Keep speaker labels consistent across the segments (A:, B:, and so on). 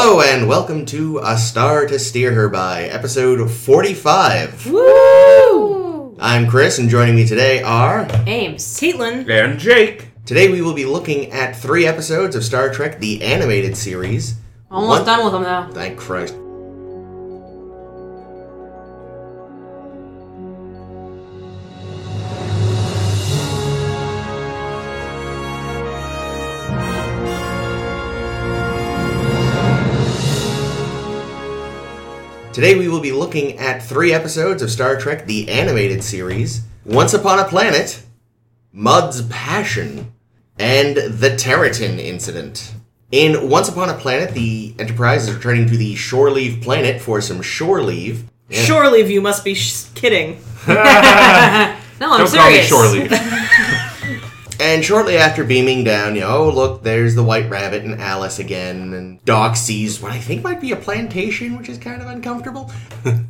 A: and welcome to A Star to Steer Her By, episode 45.
B: Woo!
A: I'm Chris, and joining me today are.
B: Ames.
C: Caitlin.
D: And Jake.
A: Today we will be looking at three episodes of Star Trek the Animated Series.
B: Almost
A: One-
B: done with him though.
A: Thank Christ. Today we will be looking at three episodes of Star Trek the Animated Series Once Upon a Planet, Mud's Passion, and the Territon Incident. In Once Upon a Planet, the Enterprise is returning to the shore leave planet for some shore leave. Yeah.
C: Shore leave, you must be sh- kidding.
B: No, I'm
D: Don't call me
B: serious.
D: shore leave.
A: And shortly after beaming down, you know, oh look, there's the White Rabbit and Alice again, and Doc sees what I think might be a plantation, which is kind of uncomfortable.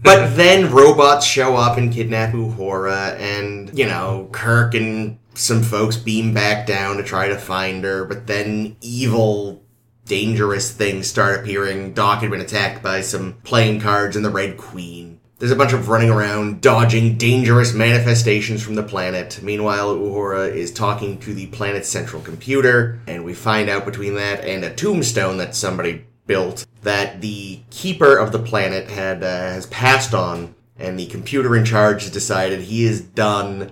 A: but then robots show up and kidnap Uhura, and you know, Kirk and some folks beam back down to try to find her. But then evil, dangerous things start appearing. Doc had been attacked by some playing cards and the Red Queen. There's a bunch of running around, dodging dangerous manifestations from the planet. Meanwhile, Uhura is talking to the planet's central computer, and we find out between that and a tombstone that somebody built that the keeper of the planet had uh, has passed on, and the computer in charge has decided he is done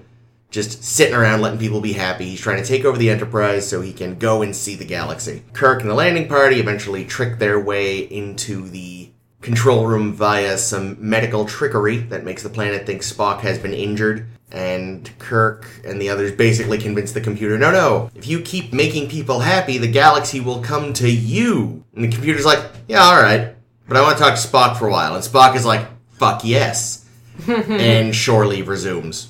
A: just sitting around letting people be happy. He's trying to take over the Enterprise so he can go and see the galaxy. Kirk and the landing party eventually trick their way into the control room via some medical trickery that makes the planet think Spock has been injured. And Kirk and the others basically convince the computer, no, no, if you keep making people happy, the galaxy will come to you. And the computer's like, yeah, alright, but I want to talk to Spock for a while. And Spock is like, fuck yes.
C: Mm-hmm.
A: and shore leave resumes.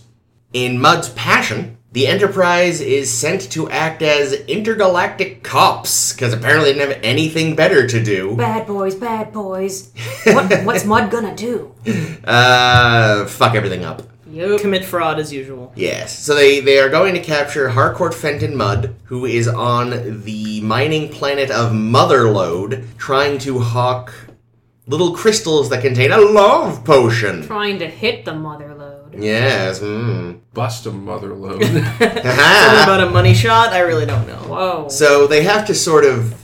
A: In Mud's Passion, the Enterprise is sent to act as intergalactic cops, because apparently they didn't have anything better to do.
B: Bad boys, bad boys. What, what's Mud gonna do?
A: Uh, fuck everything up.
B: Yup.
C: Commit fraud as usual.
A: Yes. So they, they are going to capture Harcourt Fenton Mudd, who is on the mining planet of Motherlode, trying to hawk little crystals that contain a love potion.
B: Trying to hit the mother load.
A: Yes. Mm.
D: Bust a mother load.
C: Something
A: Haha.
C: about a money shot? I really don't know.
B: Whoa.
A: So they have to sort of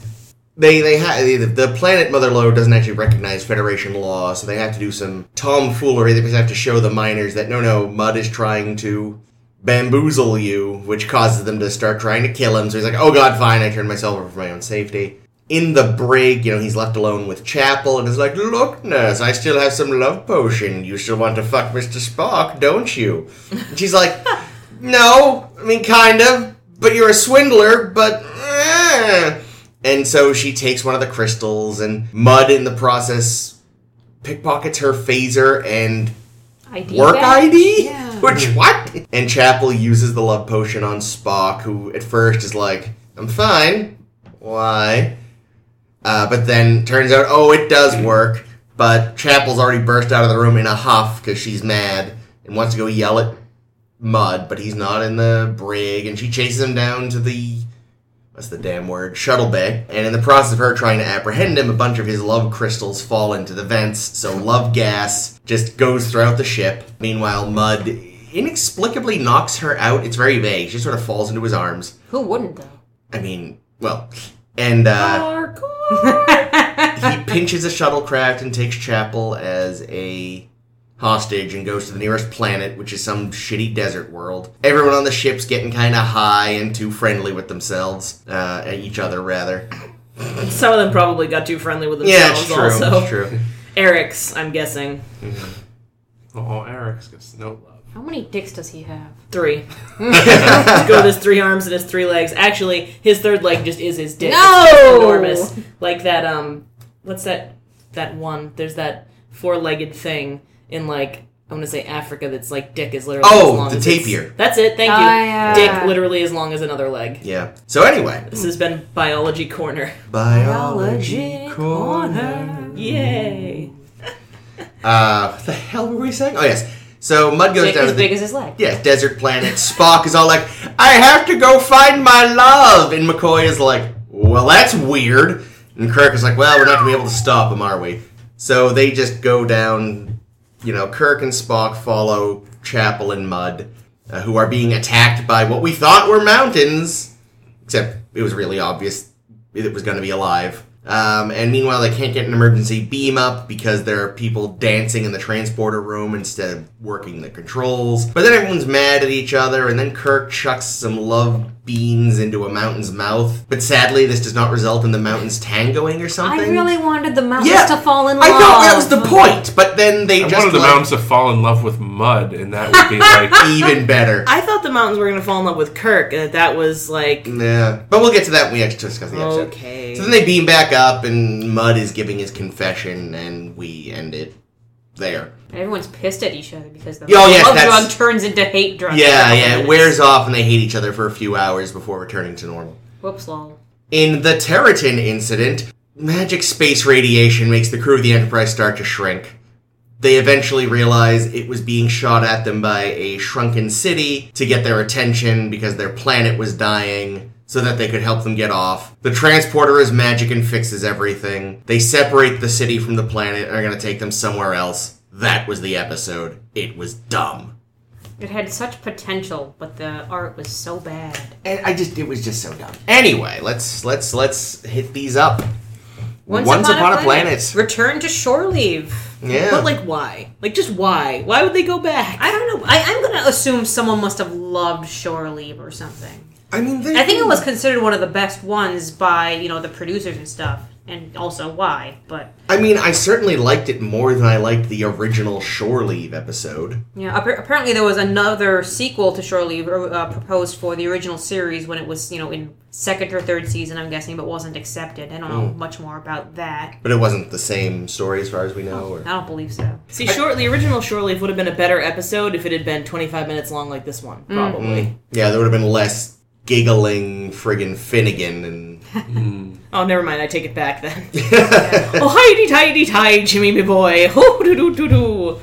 A: they they ha- the, the planet Motherlode doesn't actually recognize Federation law, so they have to do some tomfoolery. They just have to show the miners that no, no, Mud is trying to bamboozle you, which causes them to start trying to kill him. So he's like, "Oh God, fine, I turn myself over for my own safety." In the brig, you know, he's left alone with Chapel, and is like, "Look, nurse, I still have some love potion. You still want to fuck Mister Spock, don't you?" And she's like, "No, I mean, kind of, but you're a swindler, but." eh." And so she takes one of the crystals, and Mud, in the process, pickpockets her phaser and
B: ID
A: work
B: badge?
A: ID?
B: Yeah.
A: Which, what? And Chapel uses the love potion on Spock, who at first is like, I'm fine. Why? Uh, but then turns out, oh, it does work. But Chapel's already burst out of the room in a huff because she's mad and wants to go yell at Mud, but he's not in the brig, and she chases him down to the what's the damn word shuttle bay. And in the process of her trying to apprehend him, a bunch of his love crystals fall into the vents, so love gas just goes throughout the ship. Meanwhile, Mud inexplicably knocks her out. It's very vague. She sort of falls into his arms.
B: Who wouldn't though?
A: I mean, well, and uh, he pinches a shuttlecraft and takes Chapel as a hostage and goes to the nearest planet, which is some shitty desert world. Everyone on the ship's getting kind of high and too friendly with themselves, uh, at each other rather.
C: Some of them probably got too friendly with
A: Yeah,
C: themselves
A: it's true.
C: also.
A: It's true.
C: Eric's, I'm guessing.
D: oh, Eric's gets no love.
B: How many dicks does he have?
C: Three. Let's go with his three arms and his three legs. Actually, his third leg just is his dick.
B: No!
C: It's enormous. Like that, um, what's that, that one? There's that four legged thing in like, I want to say Africa that's like dick is literally
A: Oh,
C: as long
A: the
C: as it's-
A: tapir.
C: That's it, thank
B: Oh,
C: you.
B: yeah.
C: Dick literally as long as another leg.
A: Yeah. So anyway,
C: This has been Biology Corner.
A: biology corner.
C: Yay!
A: Uh, what the hell were we saying? Oh yes. So Mud goes
B: Dick
A: down
B: as
A: to the
B: big as his leg.
A: Yeah, desert planet. Spock is all like, I have to go find my love. And McCoy is like, well, that's weird. And And Kirk is like, well, we're not going to be able to stop him, are we? So they just go down, you know, Kirk and Spock follow Chapel and Mud, uh, who are being attacked by what we thought were mountains, except it was really obvious it was going to be alive. Um, and meanwhile, they can't get an emergency beam up because there are people dancing in the transporter room instead of working the controls. But then everyone's mad at each other, and then Kirk chucks some love beans into a mountain's mouth. But sadly, this does not result in the mountains tangoing or something.
B: I really wanted the mountains
A: Yeah,
B: to fall in love.
A: I thought that was the point, but then they
D: I
A: just
D: wanted the
A: like,
D: mountains to fall in love with mud, and that would be like
A: even better.
C: I thought the mountains were gonna fall in love with Kirk, and that that was like
A: Yeah, but we'll get to that when we actually discuss the episode.
C: okay.
A: So then they beam back up, and Mud is giving his confession, and we end it there.
B: Everyone's pissed at each other because the
A: Oh, yes,
B: love
A: that's-
B: drug turns into hate drug.
A: Yeah,
B: after a
A: yeah, it
B: couple minutes.
A: wears off, and they hate each other for a few hours before returning to normal.
B: Whoops, lol.
A: In the Territon incident, magic space radiation makes the crew of the Enterprise start to shrink. They eventually realize it was being shot at them by a shrunken city to get their attention because their planet was dying so that they could help them get off. The transporter is magic and fixes everything. They separate the city from the planet and are going to take them somewhere else. That was the episode. It was dumb.
B: It had such potential, but the art was so bad.
A: And I just it was just so dumb. Anyway, let's let's let's hit these up.
C: Return to shore leave.
A: Yeah.
C: But like why? Like just why? Why would they go back?
B: I don't know. I, I'm gonna assume someone must have loved Shore Leave or something.
A: I mean, they,
B: I think it was considered one of the best ones by you know the producers and stuff, and also why. But
A: I mean, I certainly liked it more than I liked the original Shore Leave episode.
B: yeah, appa- apparently there was another sequel to Shore Leave uh, proposed for the original series when it was you know in second or third season, I'm guessing, but wasn't accepted. I don't
D: Mm.
B: know much more about that.
A: But it wasn't the same story as far as we know. Or
B: I don't believe so.
C: See, short the original shore leave would have been a better episode if it had been 25 minutes long, like this one,
B: Mm-hmm.
C: probably.
A: yeah, there would have been less giggling friggin' Finnegan and
C: Oh, never mind. I take it back then. oh, hidey, tidy, tie, Jimmy, me boy. Oh, do, do, do, do.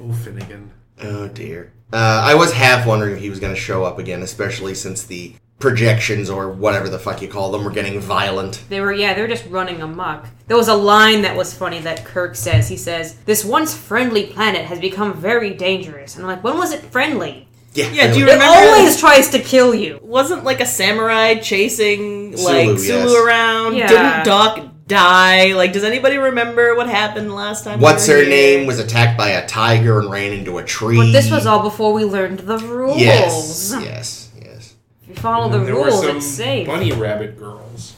D: oh Finnegan.
A: oh dear. Uh, I was half wondering if he was going to show up again, especially since the projections or whatever the fuck you call them were getting violent.
B: They were, yeah, they were just running amok. There was a line that was funny that Kirk says. He says, "This once friendly planet has become very dangerous." And I'm like, "When was it friendly?
A: Yeah.
C: Yeah,
A: that
C: do you
A: was-
B: It
C: Remember-
B: always tries to kill you."
C: Wasn't like a samurai chasing like
A: Sulu,
C: Sulu,
A: yes.
C: around.
B: Yeah.
C: Didn't Doc die? Like, does anybody remember what happened last time? we
A: What's
C: were
A: her
C: here?
A: name was attacked by a tiger and ran into a tree.
B: But this was all before we learned the rules.
A: Yes, yes, yes,
B: If you follow the
D: And there
B: rules,
D: were some
B: it's safe.
D: bunny rabbit girls.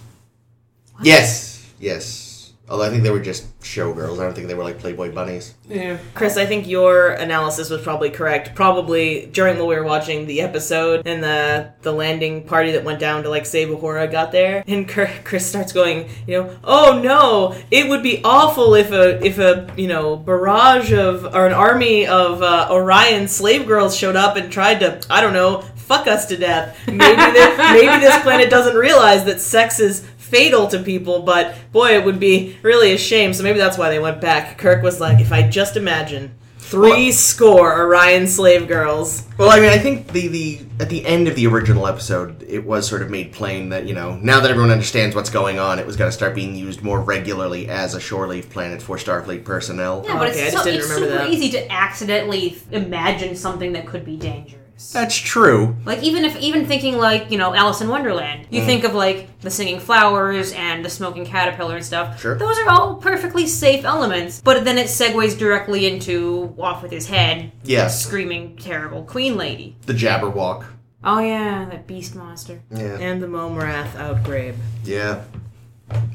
A: yes, yes. Although I think they were just showgirls. I don't think they were like Playboy bunnies.
D: Yeah.
C: Chris, I think your analysis was probably correct. Probably during while we were watching the episode and the the landing party that went down to like save Uhura got there, and Cur- Chris starts going, you know, oh no, it would be awful if a if a you know barrage of or an army of uh, Orion slave girls showed up and tried to I don't know fuck us to death. Maybe this, maybe this planet doesn't realize that sex is fatal to people, but boy, it would be really a shame. So maybe that's why they went back. Kirk was like, if I just imagine three score Orion slave girls.
A: Well, I mean, I think the, the at the end of the original episode, it was sort of made plain that you know now that everyone understands what's going on, it was going to start being used more regularly as a shore leave planet for Starfleet personnel.
B: Yeah, but
C: Okay, I
B: it's,
C: just
B: so,
C: didn't
B: it's
C: remember
B: super
C: that.
B: easy to accidentally imagine something that could be dangerous.
A: That's true.
B: Like even if even thinking like you know Alice in Wonderland,
C: Mm.
B: you think of like the singing flowers and the smoking caterpillar and stuff.
A: Sure.
B: Those are all perfectly safe elements, but then it segues directly into off with his head,
A: Yes,
B: screaming terrible queen lady.
A: the Jabberwock.
B: Oh yeah, that beast monster.
A: Yeah,
C: And the Momrath outgrabe.
A: yeah.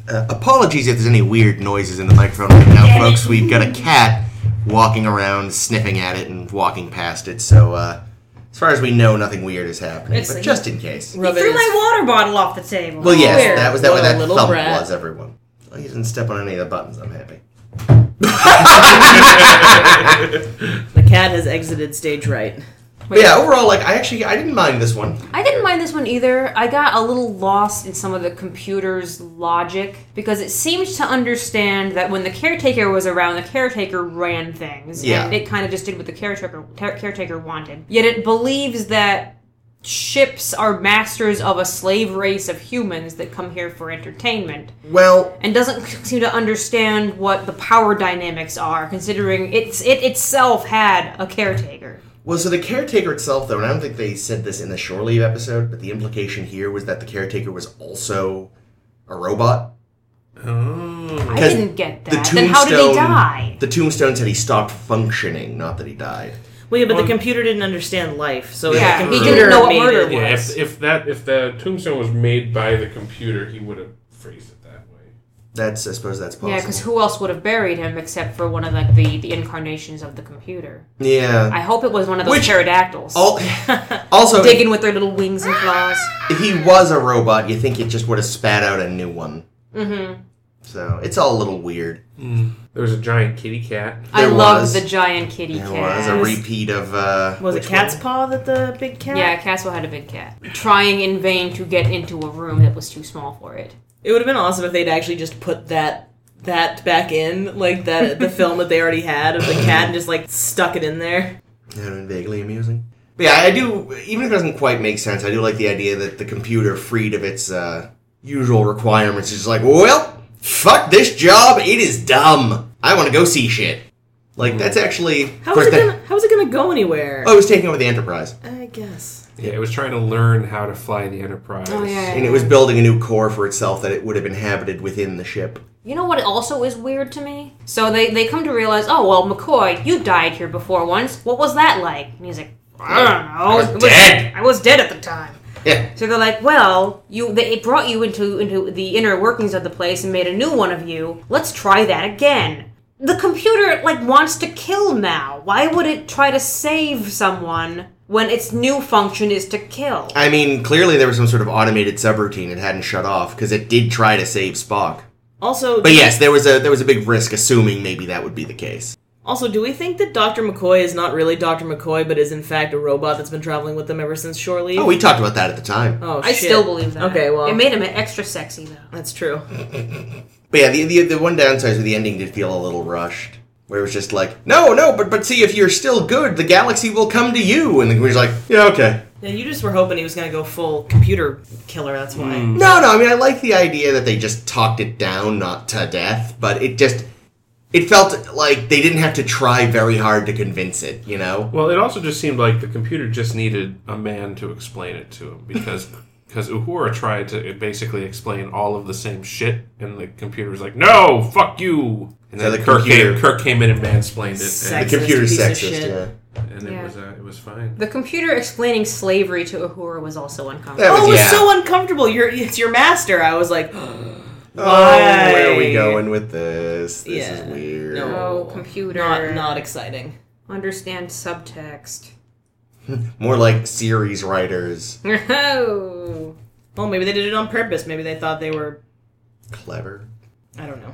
A: Uh, apologies if there's any weird noises in the microphone right now, folks. We've got a cat walking around, sniffing at it and walking past it. So, uh, as far as we know, nothing weird is happening.
B: It's
A: But
B: like-
A: just in case.
B: He threw my water bottle off the table.
A: Well, yes,
C: Where?
A: that was that
C: What
A: way
C: a
A: that
C: little
A: thump
C: brat.
A: was. Everyone. Well, he didn't step on any of the buttons. I'm happy.
C: The cat has exited stage right.
A: But yeah, overall, like I actually I didn't mind this one.
B: I didn't mind this one either. I got a little lost in some of the computer's logic because it seemed to understand that when the caretaker was around, the caretaker ran things.
A: Yeah.
B: And it kind of just did what the caretaker, tar- caretaker wanted. Yet it believes that ships are masters of a slave race of humans that come here for entertainment
A: Well,
B: and doesn't seem to understand what the power dynamics are considering it's it itself had a caretaker
A: Well, so the caretaker itself, though, and I don't think they said this in the shore leave episode, but the implication here was that the caretaker was also a robot.
D: Oh.
B: I
A: Because
B: didn't get that. Then how did he die?
A: The tombstone said he stopped functioning, not that he died.
C: Well, yeah, but
D: Well-
C: the computer didn't understand life, so
B: Yeah,
C: the
B: he didn't
C: computer
B: know what
C: made
B: murder
C: it
B: was.
D: Yeah, if, if that if the tombstone was made by the computer, he would have phrased it that way.
A: That's, I suppose, that's possible.
B: yeah because who else would have buried him except for one of like the, the incarnations of the computer
A: Yeah.
B: i hope it was one of those
A: Which-
B: pterodactyls
A: Al- also, if
B: digging with their little wings and claws
A: he was a robot, you think it just would have spat out a new one.
B: mm-hmm.
A: So it's all a little weird.
D: There was a giant kitty cat.
B: i
A: There
B: love
A: was-
B: the giant kitty
A: It was
B: cat
A: a repeat of. Uh,
C: Was it
A: which
C: cat's
A: one?
C: paw that the big cat?
B: yeah caswell had a big cat trying in vain to get into a room that was too small for it
C: It would have been awesome if they'd actually just put that that back in, like that the film that they already had of the cat, and just like stuck it in there.
A: That would have been vaguely amusing. But yeah, I do. Even if it doesn't quite make sense, I do like the idea that the computer, freed of its uh, usual requirements, is just like, well, fuck this job. It is dumb. I want to go see shit. Like that's actually. of
C: How
A: course,
C: was it
A: that-
C: gonna How was it gonna go anywhere?
A: Oh, it was taking over the Enterprise,
C: I guess.
D: Yeah, it was trying to learn how to fly the Enterprise.
B: Oh, yeah.
A: and it was building a new core for itself that it would have inhabited within the ship.
B: You know what also is weird to me? So they, they come to realize, oh, well, McCoy, you died here before once. What was that like? And he's like, I don't know.
A: I was
B: It
A: dead."
B: I was dead at the time.
A: Yeah,
B: So they're like, well, you they, it brought you into, into the inner workings of the place and made a new one of you. Let's try that again. The computer, like, wants to kill now. Why would it try to save someone when its new function is to kill?
A: I mean, clearly there was some sort of automated subroutine it hadn't shut off because it did try to save Spock.
C: Also,
A: But yes, there was a there was a big risk, assuming maybe that would be the case.
C: also, do we think that Doctor McCoy is not really Doctor McCoy, but is in fact a robot that's been traveling with them ever since shore leave?
A: Oh, we talked about that at the time.
C: Oh,
B: I
C: shit.
B: still believe that.
C: Okay, well,
B: It made him extra sexy, though.
C: that's true.
A: But yeah, the, the the one downside is the ending did feel a little rushed, where it was just like, no, no, but but see, if you're still good, the galaxy will come to you, and the computer's like, yeah, okay.
C: Yeah, you just were hoping he was gonna go full computer killer. That's why.
A: No, no, I mean, I like the idea that they just talked it down, not to death, but it just it felt like they didn't have to try very hard to convince it, you know.
D: Well, it also just seemed like the computer just needed a man to explain it to him because because Uhura tried to basically explain all of the same shit, and the computer was like, "No, fuck you." And
A: So
D: then
A: the
D: Kirk,
A: computer-
D: came, Kirk came in and mansplained
A: The
C: Sex.
D: it,
A: computer's
C: piece of
A: sexist,
C: shit.
A: yeah.
D: and, and
B: Yeah.
D: it was uh, it was fine.
B: The computer explaining slavery to Uhura was also
A: That
B: uncomfortable.
A: was-
C: Oh, it was
A: Yeah.
C: so uncomfortable. You're, it's your master. I was like,
A: Oh, where are we
C: Why?
A: going with this? This
C: Yeah.
A: is weird.
C: No.
B: Oh, computer.
C: not not exciting.
B: Understand subtext.
A: More like series writers,
B: Oh.
C: Well, maybe they did it on purpose. Maybe they thought they were.
A: clever.
C: I don't know.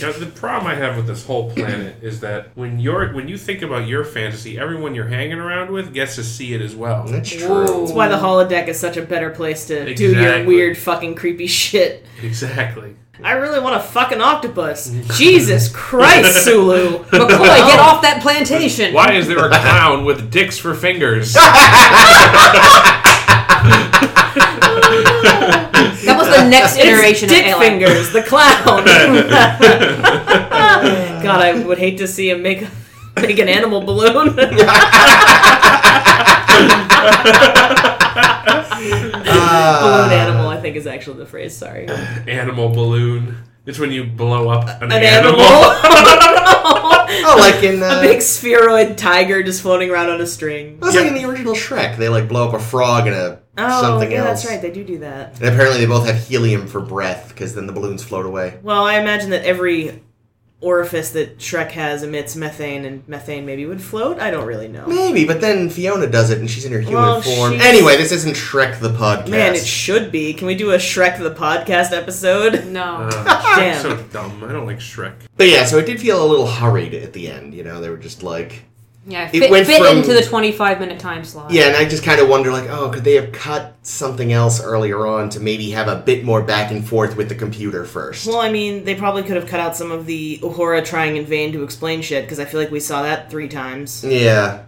D: Now, the problem I have with this whole planet is that when you're when you think about your fantasy, everyone you're hanging around with gets to see it as well.
A: Oh, That's true.
C: That's why the holodeck is such a better place to do your
D: Exactly.
C: weird fucking creepy shit.
D: Exactly.
C: I really want a fucking octopus. Jesus Christ, Sulu.
B: McCoy, get off that plantation!
D: Why is there a clown with dicks for fingers?
B: That was the next
C: It's
B: iteration of
C: Dick
B: Alec.
C: Fingers, the clown. God, I would hate to see him make make an animal balloon.
A: Ah.
C: balloon animal, I think, is actually the phrase. Sorry, an
D: animal balloon. It's when you blow up an,
C: animal.
D: animal.
A: Oh, like in uh,
C: a big spheroid tiger just floating around on a string.
A: It was like in the original Shrek. They like blow up a frog and a something
C: Oh, yeah,
A: else.
C: that's right. They do do that.
A: And apparently they both have helium for breath because then the balloons float away.
C: Well, I imagine that every orifice that Shrek has emits methane, and methane maybe would float. I don't really know.
A: Maybe, but then Fiona does it and she's in her human
C: Well,
A: form.
C: she's-
A: Anyway, this isn't Shrek the podcast.
C: Man, it should be. Can we do a Shrek the podcast episode?
B: No.
D: Uh,
C: Damn.
D: so dumb. I don't like Shrek.
A: but yeah, so it did feel a little hurried at the end. You know, they were just like,
B: Yeah,
A: It
B: fit,
A: went
B: fit
A: from-
B: into the 25 minute time slot.
A: yeah, and I just kind of wonder, like, oh, could they have cut something else earlier on to maybe have a bit more back and forth with the computer first?
C: Well, I mean, they probably could have cut out some of the Uhura trying in vain to explain shit because I feel like we saw that three times.
A: yeah,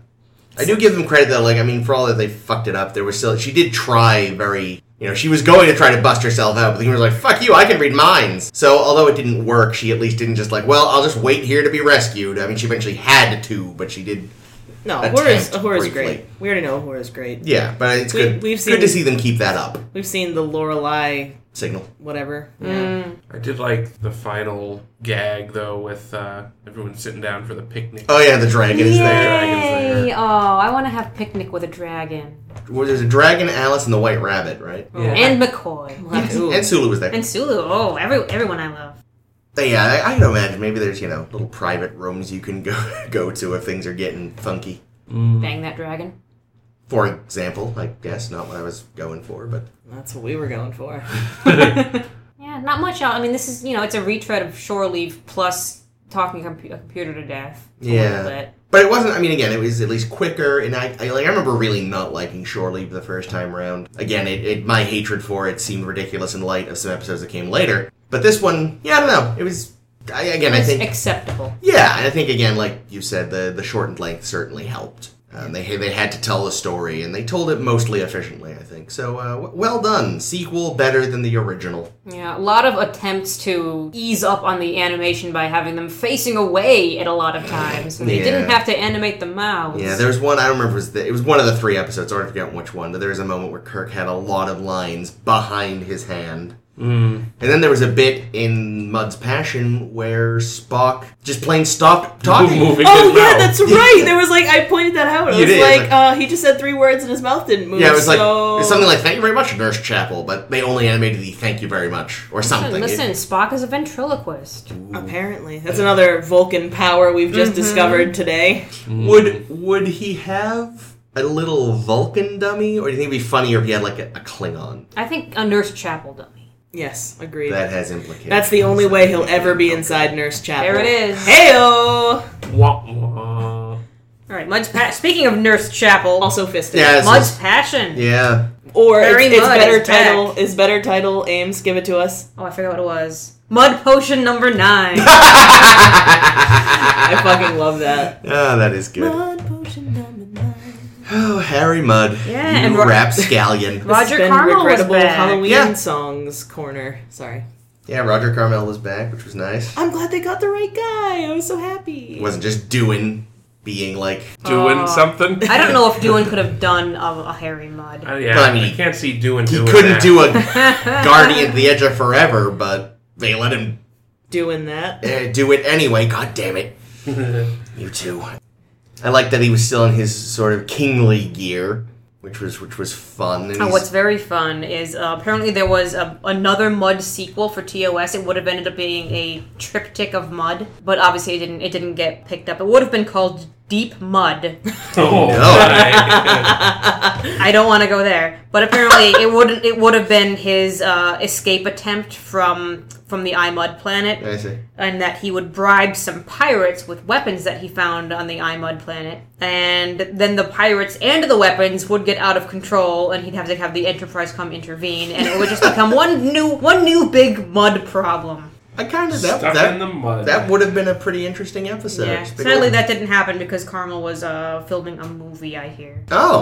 A: I do give them credit though. Like, I mean, for all that they fucked it up, there was still she did try very. You know, she was going to try to bust herself out, but the humor was like, "Fuck you, I can read minds." So, although it didn't work, she at least didn't just like, "Well, I'll just wait here to be rescued." I mean, she eventually had to, but she did.
C: No,
A: Attempt
C: horror is, horror is
A: briefly.
C: great. We already know horror is great.
A: Yeah, but it's
C: We-
A: good.
C: we've
A: good to
C: seen-
A: see them keep that up.
C: We've seen the Lorelei
A: Signal.
C: whatever.
A: Mm.
B: Mm.
D: I did like the final gag though, with uh, everyone sitting down for the picnic.
A: Oh yeah, the dragon is there.
D: Dragon's
B: Yay!
D: there.
B: Oh, I want to have picnic with a dragon
A: Well, there's a dragon, Alice, and the White Rabbit, right?
B: Oh. and McCoy
C: Yeah. Ooh.
A: And Sulu was there.
B: and Sulu. Oh, every everyone I love.
A: But yeah, I, I can imagine maybe there's you know little private rooms you can go go to if things are getting funky.
B: Bang that dragon.
A: For example, I guess not what I was going for, but
C: That's what we were going for.
B: Yeah, not much. el- I mean, this is you know, it's a retread of Shore Leave plus talking compu- a computer to death. a little
A: Yeah.
B: bit.
A: but it wasn't. I mean, again, it was at least quicker, and I I, like, I remember really not liking Shore Leave the first time around. Again, it, it my hatred for it seemed ridiculous in light of some episodes that came later. But this one, yeah, I don't know. It was I, again, I
B: It's
A: think
B: acceptable.
A: Yeah, and I think again, like you said, the the shortened length certainly helped. Um, they they had to tell the story, and they told it mostly efficiently, I think. So uh, w- well done, sequel better than the original.
B: Yeah, a lot of attempts to ease up on the animation by having them facing away at a lot of times. When They didn't
A: Yeah.
B: have to animate the mouths.
A: Yeah, there was one I don't remember. It was, the, it was one of the three episodes. I already forgot which one, but there was a moment where Kirk had a lot of lines behind his hand.
D: Mm.
A: And then there was a bit in Mud's Passion where Spock just plain stopped talking.
D: Moving
C: Oh
D: his
C: yeah,
D: mouth.
C: that's right. There was like I pointed that out. I
A: You
C: was
A: did,
C: like,
A: like-
C: uh, he just said three words and his mouth didn't move.
A: Yeah, it was like
C: so...
A: it was something like "Thank you very much, Nurse Chapel," but they only animated the "Thank you very much" or something.
B: Listen,
A: It-
B: listen, Spock is a ventriloquist.
C: Apparently, that's another Vulcan power we've just
A: Mm-hmm.
C: discovered today.
D: mm.
A: Would would he have a little Vulcan dummy, or do you think it'd be funnier if he had like a, a Klingon
B: I think a nurse chapel dummy.
C: Yes, agreed.
A: that has implications?
C: that's the only way he'll ever be inside Nurse Chapel.
B: There it is.
C: Heyo.
D: Wah, wah.
B: All right, Mud's pa- Speaking of nurse chapel,
C: Also fisted.
A: Yeah, it's-
B: Mud's passion.
A: Yeah,
C: Or
B: Barry
C: it's, it's
B: Mudd
C: better
B: is back.
C: title is better title. Ames, give it to us.
B: Oh, I forgot what it was. Mud potion number nine.
C: I fucking love that.
A: ah, that is good.
C: Mud potion number nine.
A: Oh, Harry Mudd,
B: Yeah,
A: you
B: and Ro-
A: rapscallion.
B: Ro- Roger
C: It's been
B: Carmel was
C: regrettable
B: back.
C: Halloween
A: Yeah.
C: songs corner. Sorry.
A: yeah, Roger Carmel was back, which was nice.
C: I'm glad they got the right guy. I was so happy.
A: Wasn't just doing, being like.
D: Doing
B: Oh.
D: something.
B: I don't know if Doohan could have done a, a Harry Mud.
D: Uh, yeah,
A: Well, I
D: I,
A: mean, he-
D: can't see doing.
A: He
D: doing
A: couldn't
D: that.
A: do a Guardian of the Edge of Forever, but they let him
C: doing that.
A: eh, do it anyway. God damn it, you two! I like that he was still in his sort of kingly gear, which was which was fun. And
B: Uh,
A: he's-
B: what's very fun is uh, apparently there was a, another Mud sequel for TOS. It would have ended up being a triptych of Mud, but obviously it didn't. It didn't get picked up. It would have been called Deep Mud.
D: Oh,
A: No.
D: right.
B: I don't want to go there, but apparently it would it would have been his uh, escape attempt from from the iMud planet,
A: I see.
B: and that he would bribe some pirates with weapons that he found on the iMud planet, and then the pirates and the weapons would get out of control, and he'd have to have the Enterprise come intervene, and it would just become one new one new big mud problem.
A: I kind of that
D: Stuck
A: that,
D: in the mud.
A: that would have been a pretty interesting episode.
B: yeah,
A: Just big
B: sadly
A: old-
B: that didn't happen because Carmel was uh, filming a movie. I hear.
A: Oh,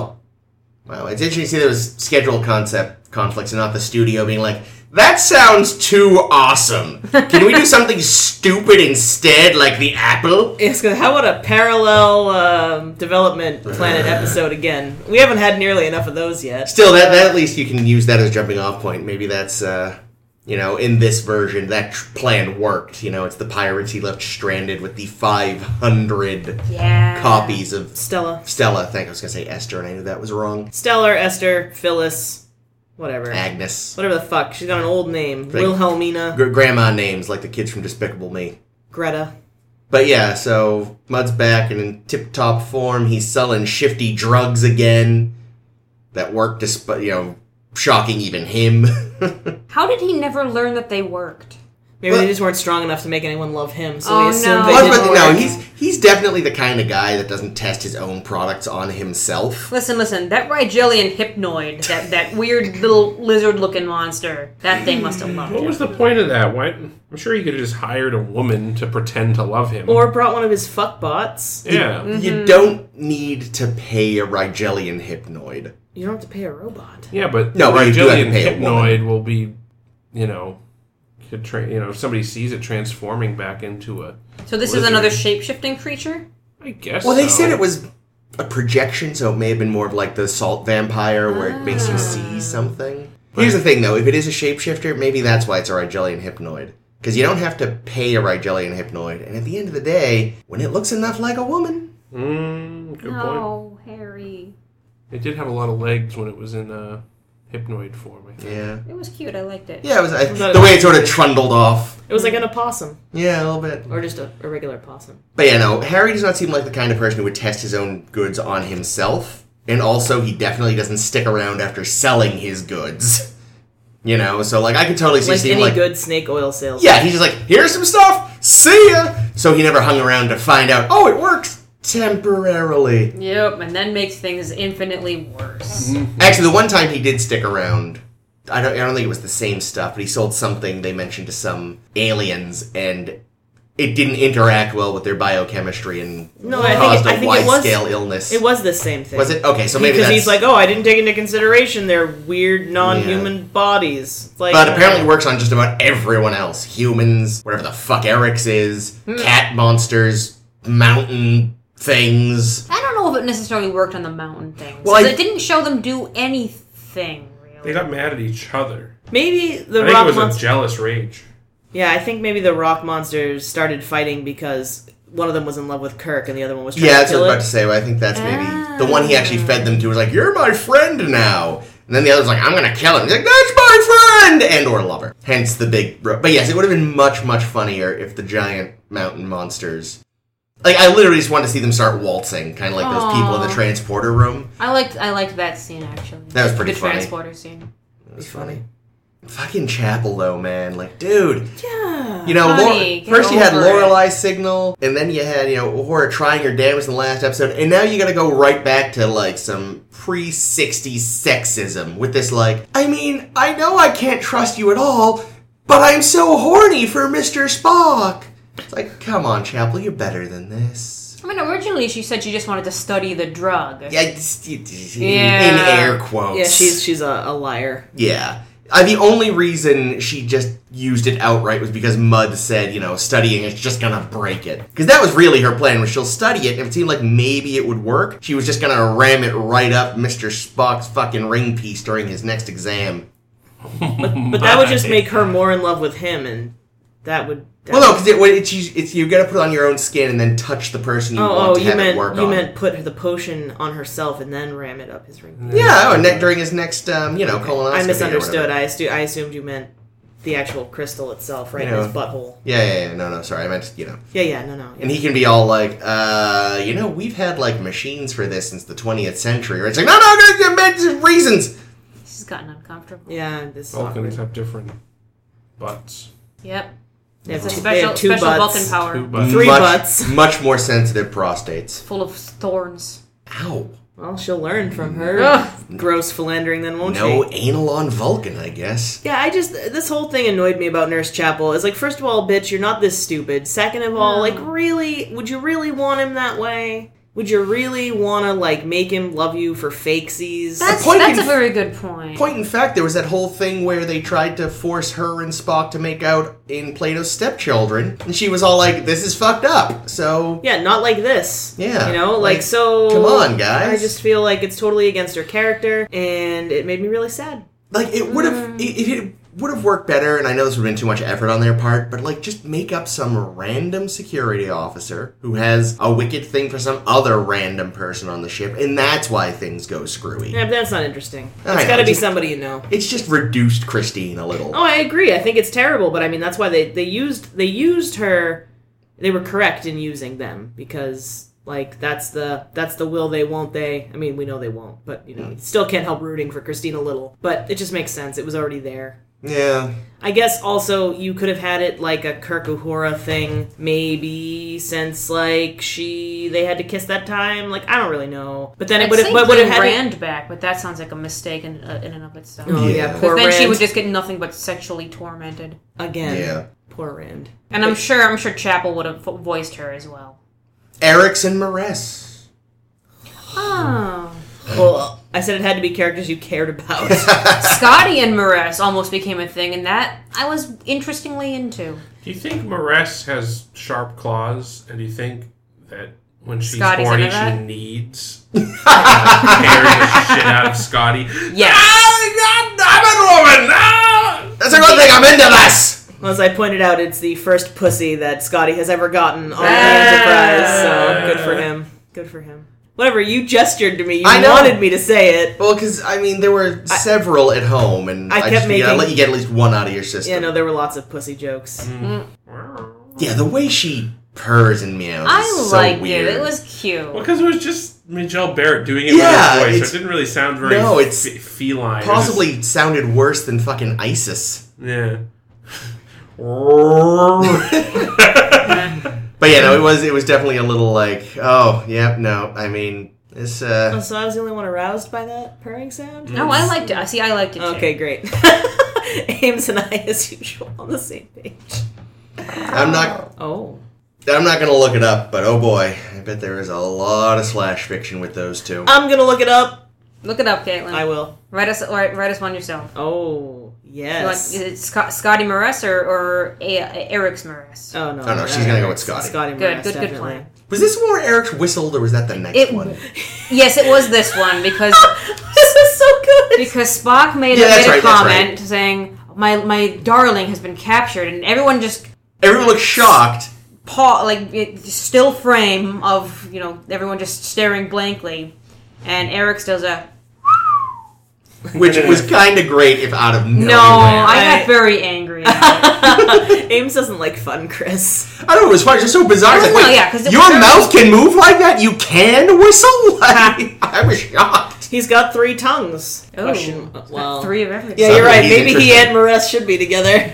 A: wow! It's interesting to see there was schedule concept conflicts and not the studio being like, "That sounds too awesome. Can we do something stupid instead, like the apple?"
C: Yes, 'cause how about a parallel um, development planet episode again? We haven't had nearly enough of those yet.
A: Still, that, that at least you can use that as a jumping off point. Maybe that's uh, you know, in this version that tr- plan worked. You know, it's the pirates he left stranded with the five hundred
B: Yeah.
A: copies of
C: Stella,
A: Stella. I think I was gonna say Esther, and I knew that was wrong.
C: Stellar, Esther, Phyllis, whatever,
A: Agnes.
C: whatever the fuck. She's got an old name.
A: Right.
C: Wilhelmina,
A: Gr- grandma names like the kids from Despicable Me.
C: Greta.
A: But yeah, so Mud's back and in tip top form. He's selling shifty drugs again that work despite, you know, shocking even him.
B: How did he never learn that they worked?
C: Maybe
A: Well-
C: they just weren't strong enough to make anyone love him, so
B: Oh,
C: we assumed
B: no.
C: they
A: Well, I was
C: didn't
A: about to-
C: work.
A: no, he's he's definitely the kind of guy that doesn't test his own products on himself.
B: Listen, listen, that Rigelian hypnoid, that, that weird little lizard looking monster, that thing must have loved
D: What
B: him.
D: was the point of that? Why, I'm sure he could have just hired a woman to pretend to love him.
C: or brought one of his fuck bots.
D: yeah,
A: You don't need to pay a Rigelian hypnoid.
C: You don't have to pay a robot.
D: yeah, but
A: No,
D: the
A: but you do have to
D: Rigelian
A: pay a
D: hypnoid will be, you know, could tra- you know, if somebody sees it transforming back into a,
B: So this is
D: Lizard.
B: another shape shifting creature?
D: I guess.
A: Well, they
D: so.
A: said it was a projection, so it may have been more of like the salt vampire, where it makes you
C: Ah.
A: see something. Here's the thing, though: if it is a shapeshifter, maybe that's why it's a Rigelian hypnoid. Because you don't have to pay a Rigelian hypnoid, and at the end of the day, when it looks enough like a woman,
D: Mm, good point.
B: Harry.
D: It did have a lot of legs when it was in uh, hypnoid form. I think.
A: yeah,
B: It was cute. I liked it.
A: yeah, it was I,
C: that
A: the way it sort of trundled off.
C: It was like an opossum,
A: Yeah, a little bit.
C: or just a, a regular possum.
A: But yeah, no, Harry does not seem like the kind of person who would test his own goods on himself. And also, he definitely doesn't stick around after selling his goods. You know, so like I could totally see
C: Like
A: Steve
C: any
A: like,
C: good snake oil salesman.
A: yeah, he's just like, here's some stuff, see ya. So he never hung around to find out. Oh, it works temporarily.
B: Yep, and then makes things infinitely worse.
A: Actually, the one time he did stick around, I don't, I don't think it was the same stuff, but he sold something they mentioned to some aliens, and it didn't interact well with their biochemistry and
C: No, I think it-
A: caused a
C: I think it was-
A: wide scale illness.
C: It was the same thing.
A: Was it okay? So maybe
C: because
A: that's,
C: he's like, oh, I didn't take into consideration their weird non-human bodies. It's Like,
A: but apparently works on just about everyone else: humans, whatever the fuck Eric's is,
C: Hmm.
A: cat monsters, mountain things.
B: I don't know if it necessarily worked on the mountain thing.
A: Well, I-
B: it didn't show them do anything,
D: They
B: really.
D: got mad at each other.
C: uh, maybe the
D: I think it
C: rock
D: was a
C: monster.
D: jealous rage.
C: yeah, I think maybe the rock monsters started fighting because one of them was in love with Kirk and the other one was trying
A: Yeah,
C: to
A: that's what I
C: kill
A: was
C: it.
A: about to say. But I think that's maybe the one he actually fed them to was like, "You're my friend now." And then the other's like, "I'm gonna kill him." He's like, "That's my friend and or lover." Hence the big. Bro- but yes, it would have been much much funnier if the giant mountain monsters. Like I literally just wanted to see them start waltzing, kind of like those people in the
B: Aw.
A: transporter room.
B: I liked I liked that scene actually.
A: That was pretty
B: the
A: funny.
B: transporter scene.
A: It was funny. Fucking Chapel though, man. Like, dude.
C: Yeah.
A: You know,
B: Honey,
A: Lor-
B: get
A: first you had
B: over it.
A: Lorelei signal, and then you had you know Uhura trying her damnedest in the last episode, and now you got to go right back to like some pre 60s sexism with this like, I mean, I know I can't trust you at all, but I'm so horny for Mister Spock. It's like, come on, Chapel, you're better than this.
B: I mean, originally she said she just wanted to study the drug.
A: Yeah, it's- in
B: Yeah.
A: air quotes.
C: Yeah, she's she's a, a liar.
A: Yeah. I, the only reason she just used it outright was because Mud said, you know, studying is just gonna break it. Because that was really her plan, was she'll study it, and it seemed like maybe it would work. She was just gonna ram it right up Mr. Spock's fucking ring piece during his next exam.
C: But that would just make her more in love with him, and that would. That
A: Well, no,
C: would-
A: because it, would- it's, you- it's you gotta put it on your own skin and then touch the person you want
C: Oh, oh,
A: to
C: you
A: have
C: meant
A: it work
C: you
A: on.
C: meant put the potion on herself and then ram it up his ring.
A: yeah, oh, and that during his next, um, you know, colonoscopy.
C: I
A: or
C: misunderstood.
A: whatever.
C: I assu- I assumed you meant the actual crystal itself, right
A: Yeah.
C: in his butthole.
A: Yeah, yeah, yeah, no, no, sorry, I meant, you know.
C: Yeah, yeah, no, no.
A: And he can be all like, uh, you know, we've had like machines for this since the 20th century. Right? It's like, no, no, no, you meant reasons.
B: This has gotten uncomfortable.
C: Yeah, this is
D: Vulcans
C: awkward.
D: have different butts.
B: Yep.
C: They have
B: It's a
C: two- they
B: special
C: have two
B: special
C: butts.
B: Vulcan power.
D: Two butts.
C: Three
A: much,
C: butts.
A: Much more sensitive prostates.
B: Full of thorns.
A: Ow.
C: Well, she'll learn from her
B: Ugh.
C: gross philandering, then won't
A: No
C: she?
A: anal on Vulcan, I guess.
C: Yeah, I just this whole thing annoyed me about Nurse Chapel. Is like, first of all, bitch, you're not this stupid. Second of all, like, really, would you really want him that way? Would you really want to like make him love you for fakesies?
B: That's
A: point
B: that's
A: in-
B: a very good point.
A: Point in fact, there was that whole thing where they tried to force her and Spock to make out in Plato's stepchildren, and she was all like, this is fucked up. So,
C: Yeah, not like this.
A: Yeah,
C: You know,
A: like,
C: like, so.
A: come on, guys.
C: I just feel like it's totally against her character, and it made me really sad.
A: like, it would
C: Mm.
A: have. It, it would have worked better, and I know this would have been too much effort on their part, but like, just make up some random security officer who has a wicked thing for some other random person on the ship, and that's why things go screwy.
C: Yeah, but that's not interesting.
A: I
C: It's
A: know,
C: got to be
A: just-
C: somebody you know.
A: It's just reduced Christine a little.
C: Oh, I agree. I think it's terrible, but I mean that's why they they used they used her. They were correct in using them because like that's the that's the will they won't they. I mean we know they won't, but you know you still can't help rooting for Christina Little. But it just makes sense. It was already there.
A: Yeah.
C: I guess also you could have had it like a Kirk Uhura thing, maybe since like she they had to kiss that time. Like I don't really know, but then it would have but would have had it-
B: Rand back, but that sounds like a mistake in, uh, in and of itself.
C: Oh yeah,
A: Yeah.
C: poor
B: Then
C: Rand
B: she would just get nothing but sexually tormented.
C: again.
A: Yeah.
C: poor Rand.
B: And I'm sure, I'm sure Chapel would have vo- voiced her as well.
A: Erickson Maress.
B: Oh.
C: Well, I said it had to be characters you cared about.
B: Scotty and Maris almost became a thing, and that I was interestingly into.
D: Do you think Maress has sharp claws? And do you think that when she's
B: Scotty's
D: horny,
B: into
D: she
B: that?
D: needs uh, tearing the shit out of Scotty?
B: Yes.
D: Ah, God, I'm a woman! Ah!
A: That's a good thing I'm into this!
C: As I pointed out, it's the first pussy that Scotty has ever gotten on the
D: Ah.
C: Enterprise, so good for him. Good for him. Whatever, you gestured to me. You
A: I know.
C: wanted me to say it.
A: Well, because, I mean, there were several at home, and
C: I
A: I,
C: kept
A: just, you gotta
C: making-
A: let you get at least one out of your system.
C: Yeah, no, there were lots of pussy jokes.
A: Mm. Yeah, the way she purrs and meows.
B: I
A: is so
B: liked
A: weird.
B: it. It was cute.
D: Well, because it was just Michelle Barrett doing it
A: Yeah,
D: with her voice, so
A: it's-
D: it didn't really sound very
A: No,
D: f-
A: it's
D: feline. It was just-
A: possibly sounded worse than fucking ISIS.
D: yeah.
A: But yeah, no, it was it was definitely a little like, oh, yep, no. I mean, this
C: Oh,
A: uh
C: so I was the only one aroused by that purring sound?
B: No, I liked it. I See, I liked it too.
C: Okay, great. Ames and I, as usual, on the same page.
A: I'm not
C: Oh.
A: I'm not gonna look it up, but oh boy, I bet there is a lot of slash fiction with those two.
C: I'm gonna look it up.
B: Look it up, Caitlin.
C: I will.
B: Write us, or write us one yourself.
C: Oh,
B: You like,
C: yes.
B: is it Scott, Scotty Maris or, or a, a- Eric's Maris?
C: Oh, no.
A: Oh, no, she's gonna go with Scotty.
C: Scotty
B: Good,
C: Morass,
B: good, good
C: definitely.
B: plan.
A: Was this one where Eric's whistled or was that the next
B: It-
A: one?
B: Yes, it was this one because
C: this is so good.
B: because Spock made
A: Yeah,
B: a,
A: that's
B: made a
A: right, that's
B: comment saying my my darling has been captured, and everyone just
A: Everyone looked shocked.
B: paw like it- still frame of you know everyone just staring blankly, and Eric's does a
A: Which was kinda great if out of
B: no.
A: nowhere.
B: I
C: Right.
B: got very angry. At it.
C: Ames doesn't like fun, Chris.
A: I don't know, it was fun, it was just so bizarre. It's
B: No,
A: like,
B: no,
A: wait,
B: yeah, 'cause it
A: your
B: was-
A: mouth can move like that? You can whistle? Like, I was shocked.
C: He's got three tongues.
B: Oh,
C: Question- well,
B: three of everything.
C: Yeah, you're
A: Something
C: right.
A: he's
C: Maybe he
A: interested
C: and Mares should be together.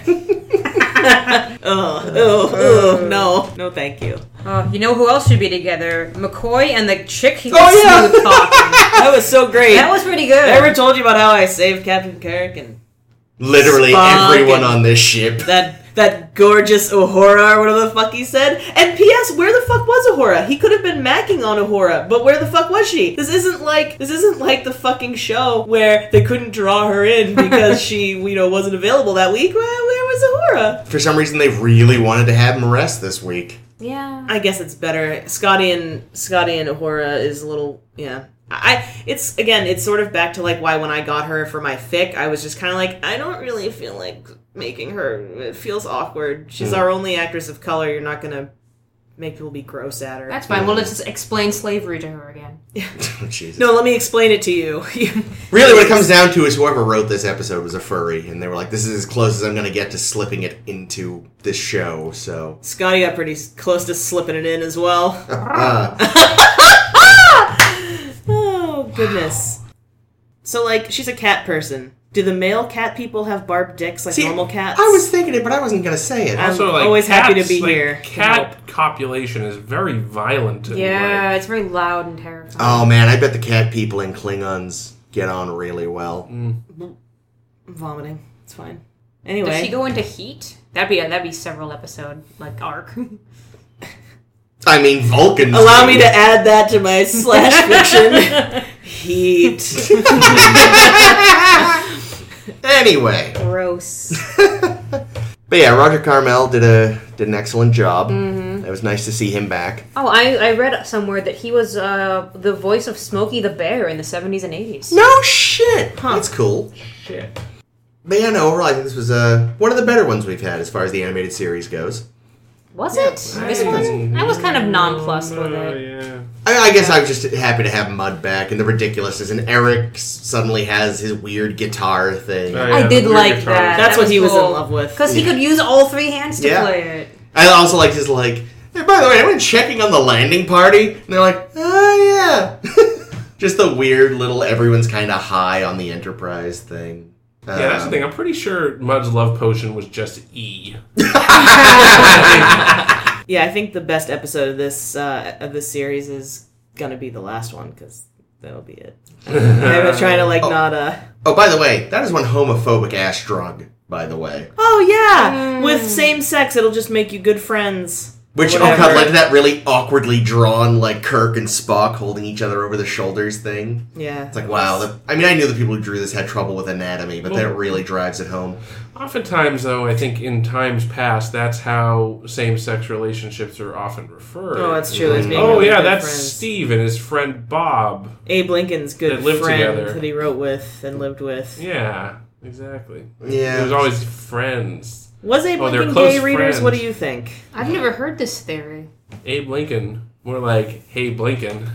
C: oh, oh, oh, no, no, thank you.
B: Oh, you know who else should be together? McCoy and the chick he was
A: Oh, yeah.
B: smooth talking.
C: That was so great.
B: that was pretty good.
C: I ever told you about how I saved Captain Kirk and
A: Literally
C: Spock
A: everyone
C: and-
A: on this ship.
C: that that gorgeous Uhura or whatever the fuck he said? And P.S. Where the fuck was Uhura? He could have been macking on Uhura, but where the fuck was she? This isn't like this isn't like the fucking show where they couldn't draw her in because she you know wasn't available that week. Where, where was Uhura?
A: For some reason, they really wanted to have him rest this week.
B: yeah.
C: I guess it's better. Scotty and Scotty and Ahura is a little yeah. I it's again it's sort of back to like why when I got her for my fic I was just kind of like I don't really feel like making her it feels awkward.
A: Hmm.
C: She's our only actress of color. You're not gonna make people be gross at her.
B: That's fine. We'll just explain slavery to her again.
A: Jesus.
C: no, let me explain it to you.
A: Really, what it comes down to is whoever wrote this episode was a furry, and they were like, this is as close as I'm going to get to slipping it into this show, so.
C: Scotty got pretty s- close to slipping it in as well.
A: Uh,
C: Oh goodness. So like she's a cat person. Do the male cat people have barbed dicks like
A: see,
C: normal cats?
A: I was thinking it, but I wasn't going to say it.
C: I'm
D: Also, like,
C: always happy to
D: cats,
C: be
D: like,
C: here to
D: Cat copulation is very violent. And,
B: Yeah, it's very loud and terrifying.
A: oh, man, I bet the cat people and Klingons get on really well.
C: I'm vomiting. It's fine. Anyway,
B: Does she go into heat? That'd be a, that'd be several episode like arc.
A: I mean, Vulcans.
C: Allow
A: do.
C: me to add that to my slash fiction. Heat. e-
A: Anyway.
B: Gross.
A: But yeah, Roger Carmel did a did an excellent job.
C: Mm-hmm.
A: It was nice to see him back.
B: Oh, I, I read somewhere that he was uh, the voice of Smokey the Bear in the seventies and eighties.
A: No shit.
C: Huh.
A: That's cool.
D: Shit.
A: But yeah, no, overall, I think this was uh, one of the better ones we've had as far as the animated series goes.
B: Was
C: Yeah.
B: it this one? I was kind of nonplussed with it.
D: Oh, yeah.
A: I, I guess I was just happy to have Mud back and the ridiculousness, and Eric s- suddenly has his weird guitar thing.
D: Oh, yeah.
B: I did
D: the weird
B: like
D: guitar.
B: that.
C: That's
B: That
C: what he was in
B: cool.
C: love with.
B: Cause he could use all three hands to
A: Yeah.
B: play it.
A: I also liked his like. Hey, by the way, I went checking on the landing party, and they're like, "Oh yeah," just the weird little everyone's kind of high on the Enterprise thing.
D: yeah, that's the thing. I'm pretty sure Mud's love potion was just E.
C: Yeah, I think the best episode of this uh, of this series is gonna be the last one because that'll be it. I've been trying to like not uh
A: Oh, by the way, that is one homophobic ass drug. By the way,
C: Oh yeah, with same sex, it'll just make you good friends.
A: which oh
C: Whatever.
A: god, like that really awkwardly drawn like Kirk and Spock holding each other over the shoulders thing.
C: Yeah,
A: It's like wow. The, I mean, I knew the people who drew this had trouble with anatomy, but that really drives it home.
D: Oftentimes, though, I think in times past, that's how same-sex relationships are often referred.
C: Oh, that's true. As being
D: Oh
C: really
D: yeah,
C: good
D: that's
C: friends.
D: Steve and his friend Bob.
C: Abe Lincoln's
D: They
C: good
D: lived
C: friend
D: together.
C: that he wrote with and lived with.
D: Yeah, exactly.
A: Yeah.
D: It was always friends.
C: Was Abe
D: Oh, they're
C: Lincoln
D: close
C: gay readers? What do
D: friends.
C: you think?
B: I've never heard this theory.
D: Abe Lincoln, more like Hey Blinken.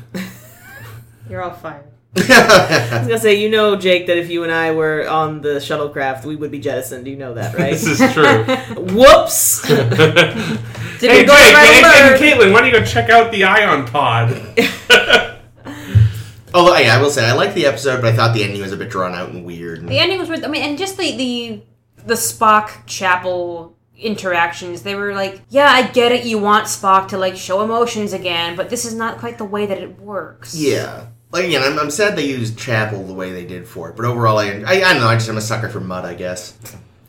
B: You're all fired.
C: I was gonna say, you know, Jake, that if you and I were on the shuttlecraft, we would be jettisoned. You know that, right?
D: This is true.
C: Whoops.
B: Did
D: hey
B: we go
D: Jake,
B: right
D: Jake
B: over?
D: and Caitlin, why don't you go check out the Ion Pod?
A: Although yeah, I will say I liked the episode, but I thought the ending was a bit drawn out and weird. and-
B: The ending was weird. I mean, and just the the the Spock chapel interactions. They were like, yeah, I get it. You want Spock to like show emotions again, but this is not quite the way that it works.
A: Yeah. Like again, I'm, I'm sad they used Chapel the way they did for it, but overall, I, I I don't know. I just am a sucker for mud, I guess.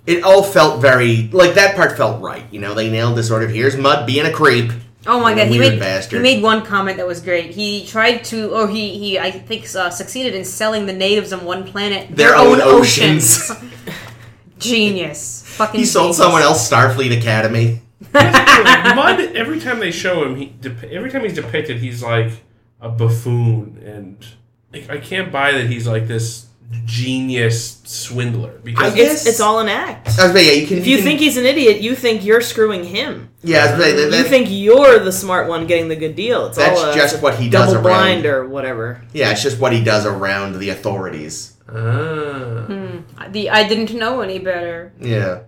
A: It all felt very like that part felt right. You know, they nailed this sort of here's mud being a creep.
B: Oh my god, he
A: Weird
B: made
A: bastard.
B: he made one comment that was great. He tried to, or he he I think uh, succeeded in selling the natives on one planet
A: Their own oceans.
B: oceans. genius, fucking.
A: He sold
B: genius.
A: someone else Starfleet Academy.
B: Ah!
D: Mud. Every time they show him, he dep- every time he's depicted, he's like a buffoon, and like, I can't buy that he's like this genius swindler because
A: I- Yes.
C: it's, it's all an act.
A: I was about, yeah, you can.
C: If you
A: can-
C: think he's an idiot, you think you're screwing him.
A: yeah, I was about, that,
C: You
A: that-
C: think you're the smart one getting the good deal. It's
A: That's
C: all a,
A: just
C: it's a
A: what he does
C: double
A: around.
C: blind or whatever.
A: yeah, it's just what he does around the authorities.
D: Ah.
B: The Hmm. I didn't know any better.
A: Yeah.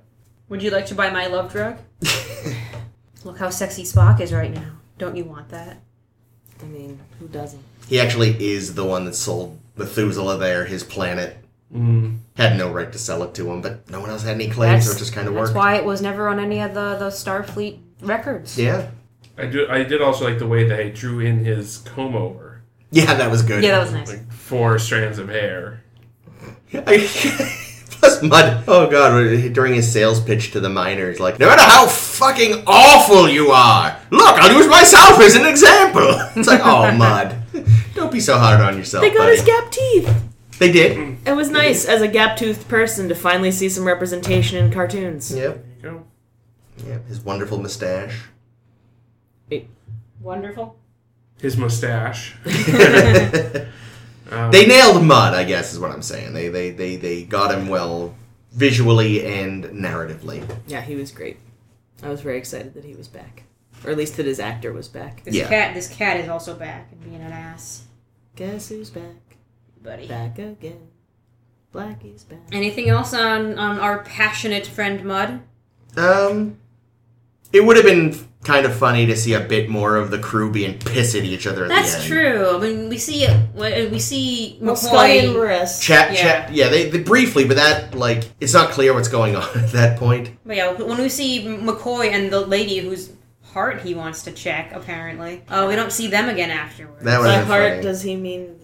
B: Would you like to buy my love drug? Look how sexy Spock is right now. Don't you want that?
C: I mean, who doesn't?
A: He actually is the one that sold Methuselah there, his planet.
D: Mm.
A: Had no right to sell it to him, but no one else had any claims, so it just kind of
B: that's
A: worked.
B: why it was never on any of the, the Starfleet records.
A: Yeah.
D: I do. I did also like the way they drew in his comb over,
A: Yeah, that was good.
B: Yeah, that was nice.
D: like four strands of hair.
A: Plus mud. Oh god! During his sales pitch to the miners, like, no matter how fucking awful you are, look, I'll use myself as an example. It's like, oh mud, don't be so hard on yourself.
C: They got
A: buddy.
C: his gap teeth.
A: They did.
C: It was nice as a gap toothed person to finally see some representation in cartoons.
A: Yep.
D: There you go.
A: Yep. His wonderful mustache.
B: Wonderful.
D: His mustache. Um,
A: They nailed mud, I guess, is what I'm saying. They they they they got him well, visually and narratively.
C: Yeah, he was great. I was very excited that he was back. Or at least that his actor was back.
B: This
A: Yeah.
B: cat this cat is also back and being an ass,
C: Guess who's back?
B: buddy.
C: Back again. Blackie's back.
B: Anything else on, on our passionate friend Mud?
A: Um, it would have been kind of funny to see a bit more of the crew being pissed at each other. At the
B: That's
A: end.
B: true. I mean, we see it. We see
C: Well, Scully and
B: McCoy.
C: Marist.
A: Chat,
B: Yeah.
A: chat, yeah. They, they briefly, but that like it's not clear what's going on at that point.
B: But yeah, when we see McCoy and the lady whose heart he wants to check, apparently, uh, we don't see them again afterwards.
A: That would
C: By
A: have been
C: heart,
A: funny.
C: does he mean.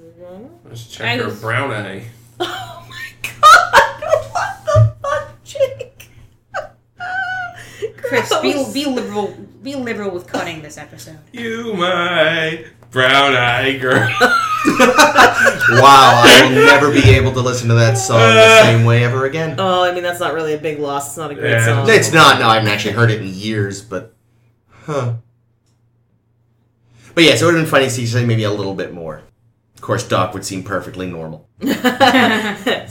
D: Let's check her brown eye.
C: Oh my god! What the fuck, Jake?
B: Chris, be,
C: Gross.
B: be liberal. Be liberal with cutting this episode.
D: You my brown eye girl.
A: wow, I will never be able to listen to that song the same way ever again.
C: Oh, I mean, that's not really a big loss. It's not a great
D: Yeah.
C: song.
A: It's not. No, I haven't actually heard it in years, but huh. But yeah, so it would have been funny to see something maybe a little bit more. Of course, Doc would seem perfectly normal.
C: His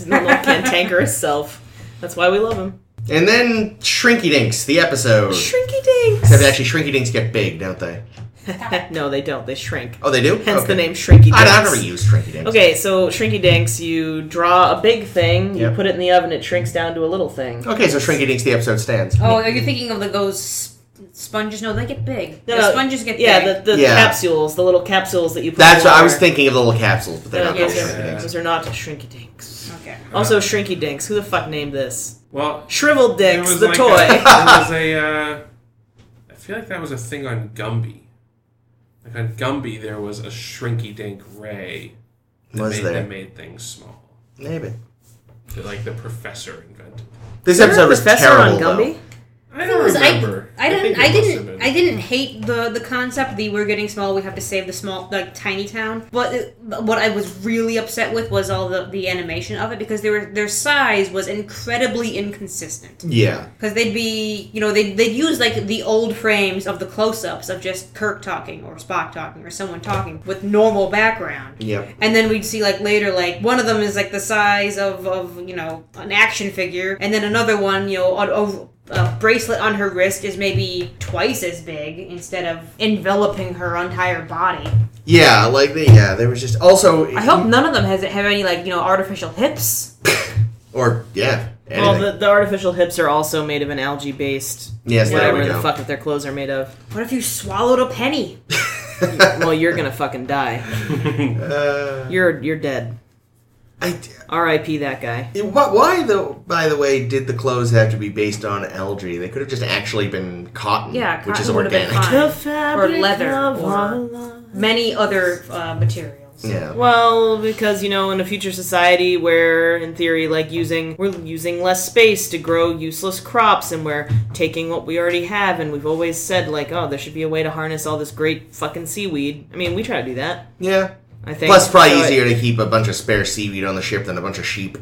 C: normal cantankerous self. That's why we love him.
A: And then Shrinky Dinks, the episode.
C: Shrinky
A: Except
C: dinks.
A: actually, Shrinky Dinks get big, don't they?
C: no, they don't. They shrink.
A: Oh, they do.
C: Hence
A: Okay.
C: the name Shrinky Dinks.
A: I, I've never used Shrinky Dinks.
C: Okay, so Shrinky Dinks, you draw a big thing, you
A: Yep.
C: put it in the oven, it shrinks down to a little thing.
A: Okay, so Shrinky Dinks, the episode stands.
B: Oh, are you thinking of the ghost Sponges, no, they get big.
C: No,
B: the
C: no,
B: sponges get
C: yeah,
B: big.
C: the, the
A: Yeah.
C: capsules, the little capsules that you put.
A: That's
C: in
A: what I was
C: water.
A: thinking of the little capsules, but they're
C: Uh,
A: not
C: yes,
A: called
D: yeah.
C: yes,
A: shrinky dinks.
C: Those are not shrinky dinks.
B: Okay.
C: Also, shrinky dinks. Who the fuck named this?
D: Well,
C: Shriveled
D: there
C: dicks,
D: was
C: the
D: like
C: toy.
D: A, there was a. Uh, I feel like that was a thing on Gumby. Like on Gumby, there was a Shrinky Dink Ray that,
A: Was
D: made,
A: there?
D: that made things small.
A: Maybe.
D: That, like the professor invented.
A: This
C: Is there a
A: episode was
C: professor
A: terrible.
C: on Gumby?
A: though.
D: I
B: Thing
D: don't
B: was,
D: remember.
B: I, I
D: think
B: didn't.
D: it
B: I
D: must have
B: didn't.
D: been.
B: I didn't hate the the concept that we're getting small. We have to save the small, like tiny town. But it- what I was really upset with was all the, the animation of it because their their size was incredibly inconsistent.
A: Yeah.
B: Because they'd be, you know, they'd they'd use like the old frames of the close ups of just Kirk talking or Spock talking or someone talking with normal background.
A: Yep.
B: And then we'd see like later, like one of them is like the size of, of you know an action figure, and then another one, you know, a, a, a bracelet on her wrist is maybe twice as big instead of enveloping her entire body.
A: Yeah, like the yeah, there was just also
B: I hope none of them has have any like you know artificial hips.
A: or yeah. Anything.
C: Well, the, the artificial hips are also made of an algae based
A: yes, there
C: whatever
A: we
C: the
A: go.
C: fuck that their clothes are made of.
B: What if you swallowed a penny?
C: Well, you're gonna fucking die.
A: uh,
C: You're you're dead.
A: I,
C: R.I.P. That guy.
A: Why- why the by the way did the clothes have to be based on algae? They could have just actually been cotton,
B: Yeah,
A: which is
B: cotton would've been
A: organic.
B: fine. The
C: fabric
B: leather, of or- our Many other uh, materials.
A: Yeah.
C: Well, because you know, in a future society where, in theory, like using we're using less space to grow useless crops, and we're taking what we already have, and we've always said like, oh, there should be a way to harness all this great fucking seaweed. I mean, we try to do that.
A: yeah.
C: I think
A: Plus, it's probably
C: So it-
A: easier to keep a bunch of spare seaweed on the ship than a bunch of sheep.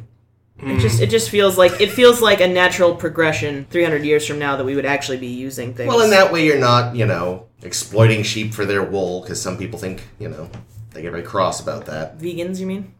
C: It just it just feels like it feels like a natural progression. Three hundred years from now, that we would actually be using things.
A: Well, in that way, you're not, you know, exploiting sheep for their wool because some people think, you know, they get very cross about that.
C: vegans, you mean?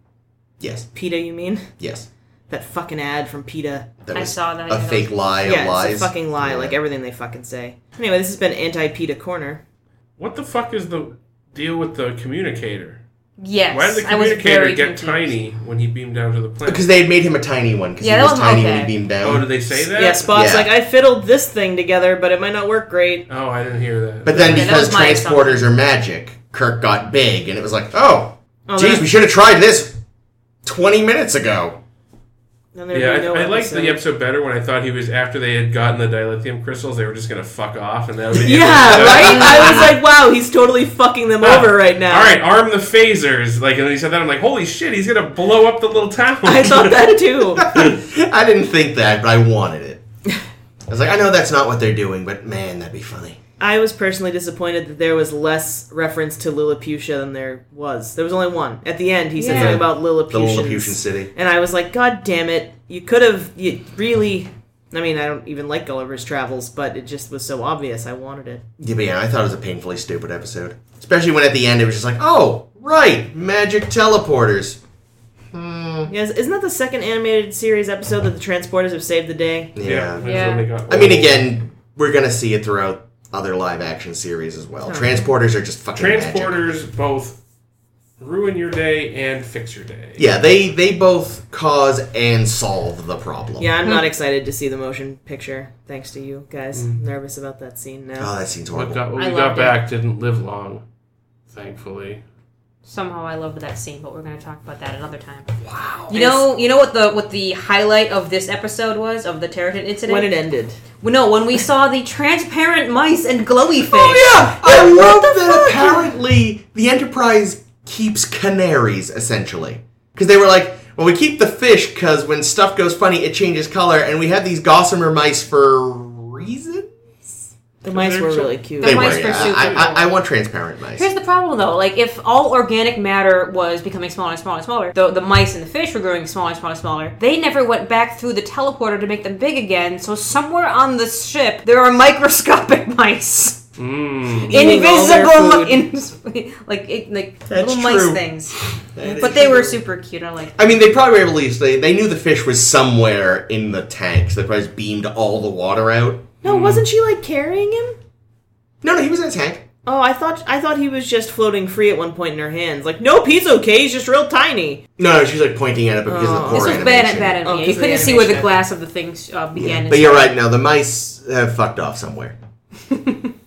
A: Yes,
C: PETA, you mean?
A: yes,
C: That fucking ad from PETA.
A: that
B: I
A: was
B: saw that,
A: a
B: yeah.
A: fake lie
C: yeah,
A: of lies.
C: it's a fucking lie.
A: Yeah.
C: Like everything they fucking say. Anyway, this has been anti PETA corner.
D: What the fuck is the deal with the communicator?
B: Yes,
D: Why did the
B: I was
D: communicator
B: very
D: get
B: confused.
D: tiny when he beamed down to the planet?
A: because they had made him a tiny one because
B: Yeah,
A: he
B: that
A: was
B: was
A: tiny
B: okay.
A: when he beamed down.
D: oh, did they say that?
C: Yeah, Spock's
A: Yeah.
C: like, I fiddled this thing together, but it might not work great.
D: Oh, I didn't hear that.
A: but then
B: Yeah, that
A: because
B: was my
A: transporters are magic, Kirk got big, and it was like, oh,
C: Oh,
A: jeez,
C: then-
A: we should have tried this twenty minutes ago.
C: then there'd
D: yeah,
C: be no
D: I, I liked
C: episode.
D: the episode better when I thought he was after they had gotten the dilithium crystals, they were just gonna fuck off, and that would be
C: Yeah, right? I was like, wow, he's totally fucking them over
D: Ah,
C: right now.
D: All right, arm the phasers. Like, and then he said that, I'm like, holy shit, he's gonna blow up the little town.
C: I thought that too.
A: I didn't think that, but I wanted it. I was like, I know that's not what they're doing, but man, that'd be funny.
C: I was personally disappointed that there was less reference to Lilliputian than there was. There was only one. At the end, he said
B: Yeah.
C: something about
A: The
C: Lilliputians.
A: Lilliputian city.
C: And I was like, God damn it. You could have you really. I mean, I don't even like Gulliver's Travels, but it just was so obvious. I wanted it.
A: Yeah, but yeah, I thought it was a painfully stupid episode. Especially when at the end it was just like, oh, right, magic teleporters. Mm.
C: Yes, isn't that the second animated series episode that the Transporters have saved the day?
A: Yeah.
D: that's
B: Yeah.
D: when they got-
A: I mean, again, we're going to see it throughout other live action series as well. Transporters are just fucking magic.
D: transporters both ruin your day and fix your day.
A: Yeah, they, they both cause and solve the problem.
C: Yeah, I'm not excited to see the motion picture. Thanks to you guys. I'm nervous about that scene now.
A: Oh, that seems
D: What,
A: horrible.
D: got, what
B: I
D: we got
B: loved it.
D: back didn't live long, thankfully.
B: Somehow I loved that scene, but we're going to talk about that another time.
A: Wow.
B: You know, you know what the what the highlight of this episode was of the Terrigen incident.
C: when it ended.
B: Well, No, when we saw the transparent mice and glowy fish.
A: Oh, yeah! I love that apparently the Enterprise keeps canaries, essentially. Because they were like, well, we keep the fish because when stuff goes funny, it changes color, and we have these gossamer mice for reason?
C: The mice
D: They're
C: were
D: so-
C: really cute.
B: They
A: They
B: were,
A: were,
B: mice for
A: yeah.
B: soup
A: I,
B: and
A: I,
B: all.
A: I want transparent mice.
B: Here's the problem, though. Like, if all organic matter was becoming smaller and smaller and smaller, the, the mice and the fish were growing smaller and smaller and smaller, they never went back through the teleporter to make them big again, so somewhere on the ship, there are microscopic mice.
D: Mm.
C: Eating all their
B: Invisible, mi- in- like it, like little mice
A: true.
B: things,
A: That is
B: but they were
A: true.
B: super cute. I like.
A: I mean, they probably were able to use. They, they knew the fish was somewhere in the tank, so they probably just beamed all the water out.
C: No, wasn't she like carrying him?
A: No, no, he was in a tank.
C: Oh, I thought I thought he was just floating free at one point in her hands. Like, nope, he's okay. He's just real tiny.
A: No, no, she was like pointing at it, but because of the
C: Oh.
A: poor
B: This was bad
A: animation.
B: at bad
C: Oh,
B: at me.
C: 'cause
B: you
C: of the
B: couldn't see where the
C: animation.
B: glass of the things uh, began.
A: But you're right. Now the mice have fucked off somewhere.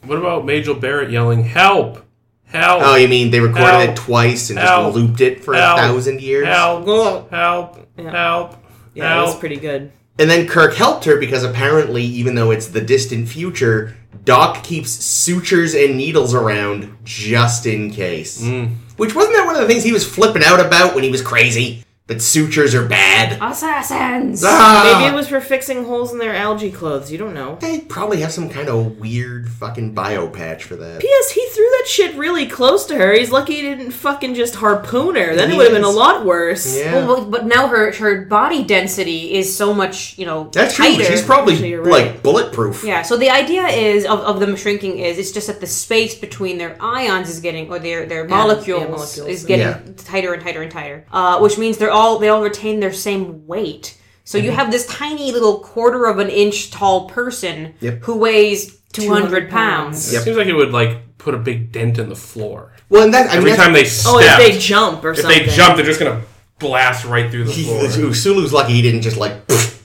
D: What about Major Barrett yelling, "Help! Help!
A: Oh, you mean they recorded
D: Help.
A: it twice and
D: Help.
A: just looped it for
D: Help.
A: a thousand years?
D: help!
C: Yeah,
D: Help!
C: Yeah.
D: Help!
C: that was
D: help!"
C: pretty good.
A: And then Kirk helped her because apparently, even though it's the distant future, Doc keeps sutures and needles around just in case.
D: Mm.
A: Which wasn't that one of the things he was flipping out about when he was crazy? That sutures are
B: Ah.
A: bad.
B: Assassins!
A: Ah!
C: Maybe it was for fixing holes in their algae clothes. You don't know.
A: They probably have some kind of weird fucking bio patch for that.
C: P.S. He threw that shit really close to her. He's lucky he didn't fucking just harpoon her. Then it would have been a lot worse.
A: Yeah.
B: Well, but- but now her her body density is so much, you know,
A: That's true.
B: tighter.
A: She's probably
C: Actually, you're right.
A: like bulletproof.
B: Yeah, so the idea is of, of them shrinking is it's just that the space between their ions is getting or their their molecules,
C: yeah, molecules.
B: is getting
A: Yeah.
B: tighter and tighter and tighter. Uh, which means they're all they all retain their same weight. So
A: Mm-hmm.
B: you have this tiny little quarter of an inch tall person
A: Yep.
B: who weighs
C: 200
B: 200 pounds.
D: It seems like it would like put a big dent in the floor
A: Well, and that I mean,
D: every
A: that's-
D: time they step.
C: Oh, if they jump or
D: if they
C: something.
D: jump, they're just gonna blast right through the
A: he,
D: floor.
A: Sulu's lucky he didn't just like. pfft.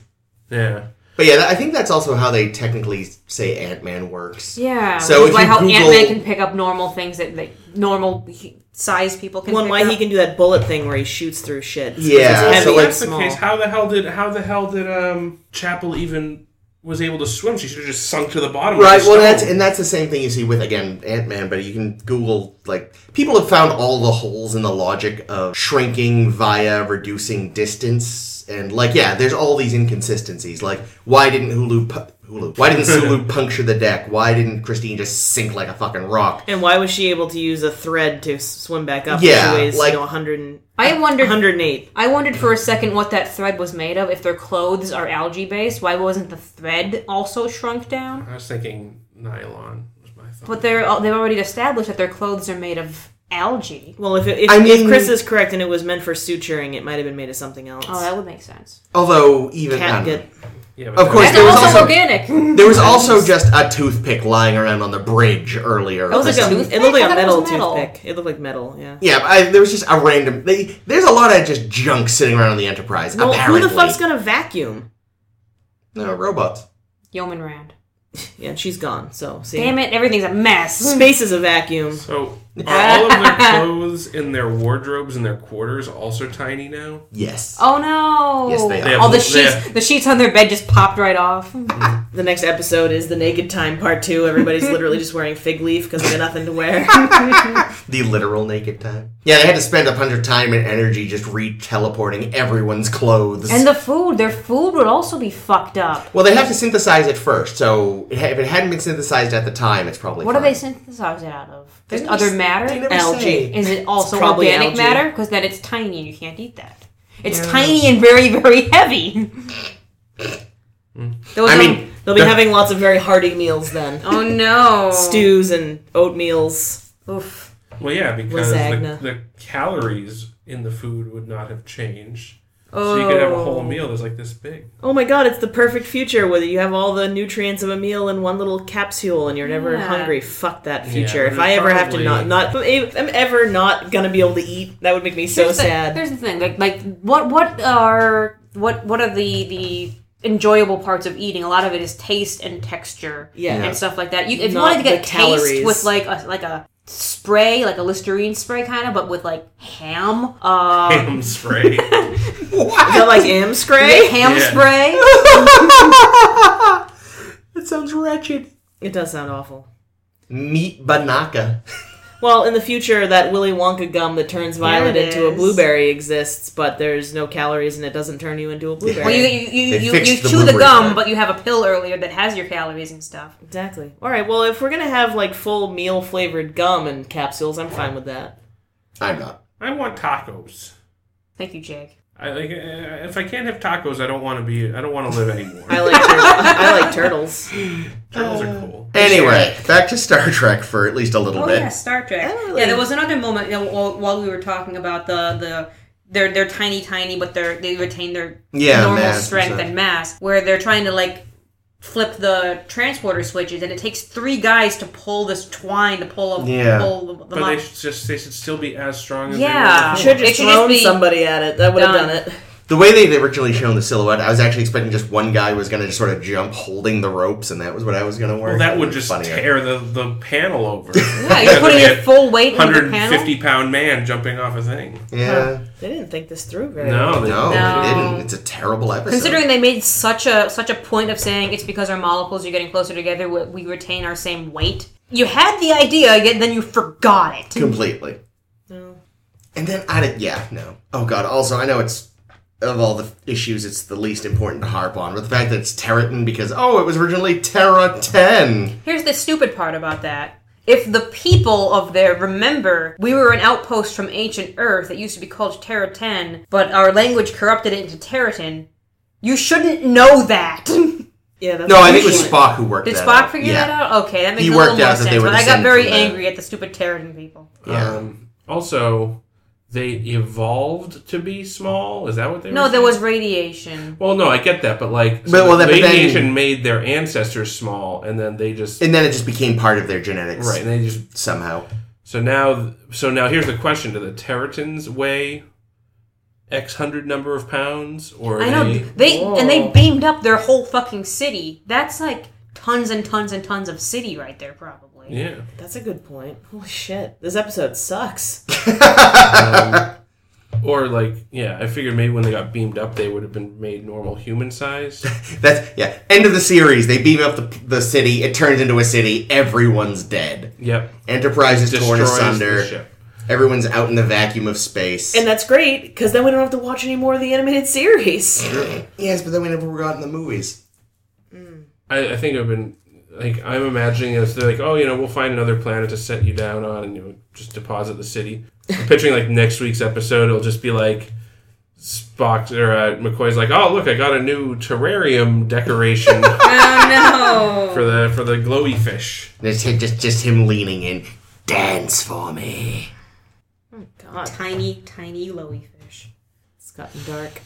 D: Yeah.
A: But yeah, I think that's also how they technically say Ant Man works.
B: Yeah,
A: So
B: which
A: if
B: is why
A: you
B: how
A: Google-
B: Ant Man can pick up normal things that like normal he- size people can.
C: One
B: pick
C: why
B: up.
C: he can do that bullet thing where he shoots through shit.
A: Yeah,
C: It's
A: so
C: heavy
A: like-
C: and
D: that's the
C: small.
D: case. How the hell did how the hell did um Chapel even was able to swim? She should have just sunk to the bottom.
A: Right.
D: Of the
A: Well, that's
D: stone.
A: and that's the same thing you see with again Ant Man, but you can Google like people have found all the holes in the logic of shrinking via reducing distance, and like yeah, there's all these inconsistencies. Like why didn't Hulu pu- Hulu? Why didn't Sulu puncture the deck? Why didn't Christine just sink like a fucking rock?
C: And why was she able to use a thread to s- swim back up?
A: Yeah,
C: she weighs
A: like-
C: you know 100 and,
B: I wondered
C: 108.
B: I wondered for a second what that thread was made of. If their clothes are algae based, why wasn't the thread also shrunk down?
D: I was thinking nylon was my thought.
B: But they're they've already established that their clothes are made of algae.
C: Well, if, it, if,
A: I mean-
C: if Chris is correct and it was meant for suturing, it might have been made of something else.
B: Oh, that would make sense.
A: Although even I don't know.
C: Catgut.
D: yeah, but
A: of
D: that-
A: course
B: And
A: there
B: they're
A: was
B: also,
A: also-
B: organic.
A: there was also just a toothpick lying around on the bridge earlier.
B: That was
A: This
B: like a
A: time.
B: toothpick?
C: It looked
B: I
C: like a
B: thought it
C: metal,
B: was metal.
C: toothpick. It looked like metal, yeah.
A: yeah, I, there was just a random. They, there's a lot of just junk sitting around on the Enterprise.
C: Well,
A: apparently.
C: who the fuck's gonna vacuum?
A: no robots?
B: Yeoman Rand.
C: Yeah, she's gone, so see.
B: Damn it, everything's a mess.
C: Space is a vacuum.
D: So are all of their clothes in their wardrobes and their quarters also tiny now?
A: Yes.
B: Oh no!
A: Yes, they are.
B: All the
D: They
B: sheets,
D: have-
B: the sheets on their bed just popped right off.
C: The next episode is the Naked Time Part 2. Everybody's literally just wearing fig leaf because they got nothing to wear.
A: The literal naked time. Yeah, they had to spend a bunch of time and energy just re-teleporting everyone's clothes.
B: And the food, their food would also be fucked up.
A: well, they have to synthesize it first, so it ha- if it hadn't been synthesized at the time, it's probably
B: What
A: fine.
B: are they synthesized out of?
A: They
B: Just
A: never
B: other
A: s- they
B: matter?
A: never
C: Algae.
A: say.
B: Is it also
C: probably
B: organic
C: algae.
B: matter? Because then it's tiny and you can't eat that. It's tiny and very, very heavy. Those
A: I
B: are-
A: mean,
C: They'll be having lots of very hearty meals then.
B: oh no,
C: Stews and oatmeals.
B: Oof.
D: Well, yeah, because the,
C: Lasagna.
D: the calories in the food would not have changed. So you could have a whole
B: Oh.
D: meal that's like this big.
C: Oh my god, it's the perfect future where you have all the nutrients of a meal in one little capsule and you're never
B: Yeah.
C: hungry. Fuck that future.
D: but
C: if I
D: it's
C: ever have to
D: probably-
C: not, not, if I'm ever not gonna be able to eat, that would make me so
B: Here's the-
C: sad.
B: Here's the thing, like, like what, what are what, what are the the enjoyable parts of eating? A lot of it is taste and texture,
C: Yeah.
B: and stuff like that. You, if you
C: Not
B: wanted to
C: the
B: get
C: calories.
B: taste with like a like a spray, like a Listerine spray kind of, but with like ham, uh,
D: Ham spray.
C: Is that like am
B: Get
C: spray?
B: ham
D: Yeah.
B: spray.
A: That sounds wretched.
C: It does sound awful.
A: Meat banaka.
C: Well, in the future, that Willy Wonka gum that turns violet
B: it
C: into a
B: is.
C: blueberry exists, but there's no calories and it doesn't turn you into a blueberry.
B: Well, you you you,
A: They
B: you,
A: fixed
B: you
A: the
B: chew the
A: blueberry
B: gum,
A: part.
B: but you have a pill earlier that has your calories and stuff.
C: exactly. All right. Well, if we're gonna have like full meal flavored gum and capsules, I'm fine with that.
A: I'm not.
D: I want tacos.
B: Thank you, Jake.
D: I like uh, if I can't have tacos, I don't want to be. I don't want to live anymore.
C: I like tur- I like turtles.
D: Turtles are cool.
A: Anyway, back to Star Trek for at least a little bit.
B: Star Trek.
C: I don't really-
B: Oh, Yeah, there was another moment you know, while, while we were talking about the the they're they're tiny, tiny, but they're they retain their
A: Yeah,
B: normal
A: mass and
B: strength
A: stuff.
B: and mass, where they're trying to like flip the transporter switches, and it takes three guys to pull this twine to pull them.
A: Yeah.
B: pull the, the
D: But they
B: mon-
D: should just they should still be as strong as
B: Yeah.
D: they were.
C: Should
D: before.
C: have just
B: It should just
C: thrown
B: be
C: somebody at it. That would have
B: done.
C: done it.
A: The way they would originally shown the silhouette, I was actually expecting just one guy was going to just sort of jump holding the ropes, and that was what I was going to wear.
D: Well, that
A: It
D: would
A: was
D: just
A: funnier.
D: tear the, the panel over.
B: Yeah, you're putting your full weight into the
D: Hundred
B: panel.
D: fifty pound man jumping off a thing.
A: Yeah.
C: They didn't think this through very well.
D: No, they-
A: No,
B: No.
A: they didn't. It's a terrible episode.
B: Considering they made such a such a point of saying it's because our molecules are getting closer together, we, we retain our same weight. You had the idea, yet then you forgot it.
A: completely.
C: No.
A: And then I did, yeah, no. Oh god. Also, I know it's of all the issues, it's the least important to harp on, but the fact that it's Terratin because oh, it was originally Terra Ten.
B: Here's the stupid part about that. If the people of there remember, we were an outpost from ancient Earth that used to be called Terra 10, but our language corrupted it into Terratin, you shouldn't know that. Did
C: Yeah, that's
A: No, I think it was
C: usually-
A: Spock who worked. that
B: Spock
A: out.
B: figure
A: yeah.
B: that out? Okay, that makes
A: He
B: a little
A: worked
B: more
A: out that they
B: sense.
A: were
B: But I got
A: descended
B: very
A: from that.
B: angry at the stupid Terratin people.
A: Yeah.
D: Um, also, they evolved to be small. Is that what they?
B: No,
D: were
B: there
D: saying?
B: was radiation.
D: Well, no, I get that, but like, so
A: But, well, that-
D: the
A: but then-
D: radiation made their ancestors small, and then they just
A: And then it just became part of their genetics
D: right, and they just
A: somehow.
D: so now, so now here's the question: Do the Territans weigh x hundred number of pounds, or
B: I know
D: they-
B: they and they
C: Whoa.
B: beamed up their whole fucking city. That's like tons and tons and tons of city right there, probably.
D: yeah.
C: That's a good point. Holy shit. This episode sucks.
D: Um, or like, yeah, I figured maybe when they got beamed up, they would have been made normal human size.
A: That's yeah. End of the series. They beam up the, the city. It turns into a city. Everyone's dead.
D: Yep,
A: Enterprise is torn
D: Destroys the
A: asunder.
D: ship.
A: Everyone's out in the vacuum of space.
C: And that's great, because then we don't have to watch any more of the animated series.
A: yes, but then we never got in the movies.
D: I, I think I've been like I'm imagining as they're like, oh, you know, we'll find another planet to set you down on, and you know, just deposit the city. I'm picturing like next week's episode, it'll just be like Spock or uh, McCoy's like, oh, look, I got a new terrarium decoration
B: Oh
D: for the for the glowy fish.
A: And it's him, just just him leaning in. Dance for me.
C: God,
B: Tiny, tiny lowy fish.
C: it's gotten dark.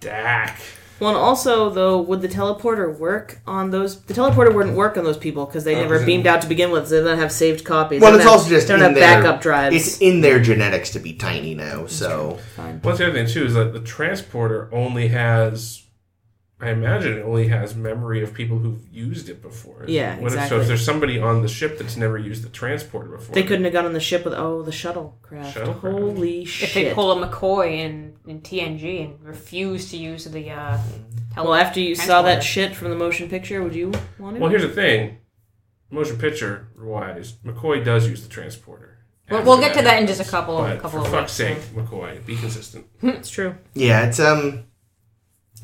D: Dak.
C: Well, and also though, would the teleporter work on those? The teleporter wouldn't work on those people because they never
D: isn't-
C: beamed out to begin with. So they don't have saved copies.
A: Oh, Well,
C: They
A: it's
C: don't have-
A: also just
C: they don't
A: in
C: have
A: their-
C: backup drives.
A: It's in their genetics to be tiny now, so
D: Well, that's the other thing too is that the transporter only has. I imagine it only has memory of people who've used it before.
C: Yeah,
D: What if- So
C: exactly.
D: if there's somebody on the ship that's never used the transporter before,
C: they couldn't have gone on the ship with oh the shuttlecraft.
D: Shuttlecraft.
C: Holy
B: If
C: shit!
B: they pull a McCoy in, in TNG and refuse to use the uh, tele-
C: Mm-hmm. well, after you saw
B: transporter.
C: that shit from the motion picture, would you want it?
D: Well, here's the thing. Motion picture wise, McCoy does use the transporter.
B: We'll- we'll get
D: After
B: to that in just a couple-
D: But
B: couple
D: for
B: of
D: fuck's sake,
B: weeks,
D: McCoy, be consistent.
C: it's true.
A: yeah, it's um,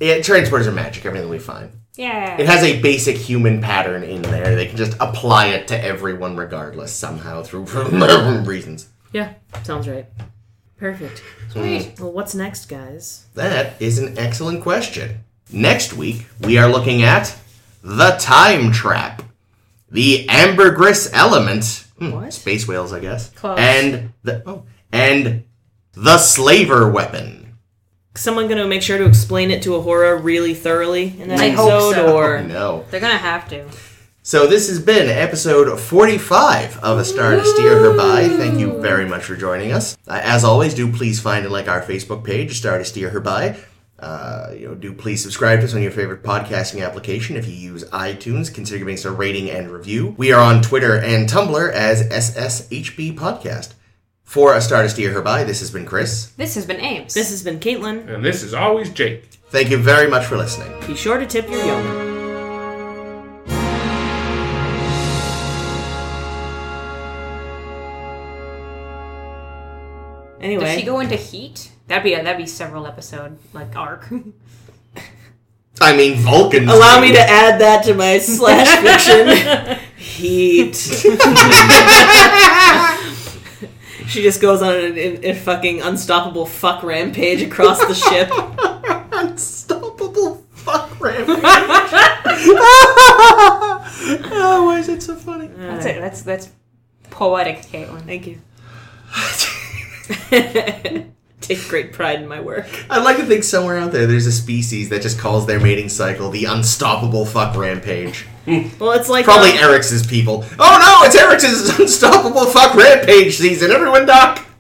A: yeah, transporters are magic. Everything will be fine.
B: yeah.
A: It has a basic human pattern in there. They can just apply it to everyone regardless somehow through reasons.
C: Yeah, sounds right. Perfect.
B: Sweet.
C: Well, what's next, guys?
A: That is an excellent question. Next week, we are looking at the time trap, the ambergris element, Hmm,
C: What?
A: space whales, I guess,
B: Close.
A: and the oh, and the slaver weapon.
C: Someone going to make sure to explain it to a horror really thoroughly in that
B: I hope
C: episode,
B: so.
C: or
A: No.
B: They're gonna have to.
A: So this has been episode 45 of A Star to Steer Her By. Thank you very much for joining us. Uh, as always, do please find and like our Facebook page, A Star to Steer Her By. Uh, you know, do please subscribe to us on your favorite podcasting application. If you use iTunes, consider giving us a rating and review. We are on Twitter and Tumblr as SSHB Podcast. For A Star to Steer Her By, this has been Chris.
B: This has been Ames.
C: this has been Caitlin.
D: And this is always Jake.
A: Thank you very much for listening.
C: Be sure to tip your yeoman. Anyway,
B: Does she go into heat? That'd be a, that'd be several episode like arc.
A: I mean, Vulcans.
C: allow me to add that to my slash fiction. Heat. she just goes on a, a, a fucking unstoppable fuck rampage across the ship.
A: Unstoppable fuck rampage. oh, why is it so funny?
B: that's it. That's that's poetic, Caitlin.
C: Thank you. Take great pride in my work.
A: I'd like to think somewhere out there there's a species that just calls their mating cycle the unstoppable fuck rampage.
C: Well, it's like
A: Probably
C: um,
A: Eric's people. Oh no, it's Eric's unstoppable fuck rampage season. Everyone duck.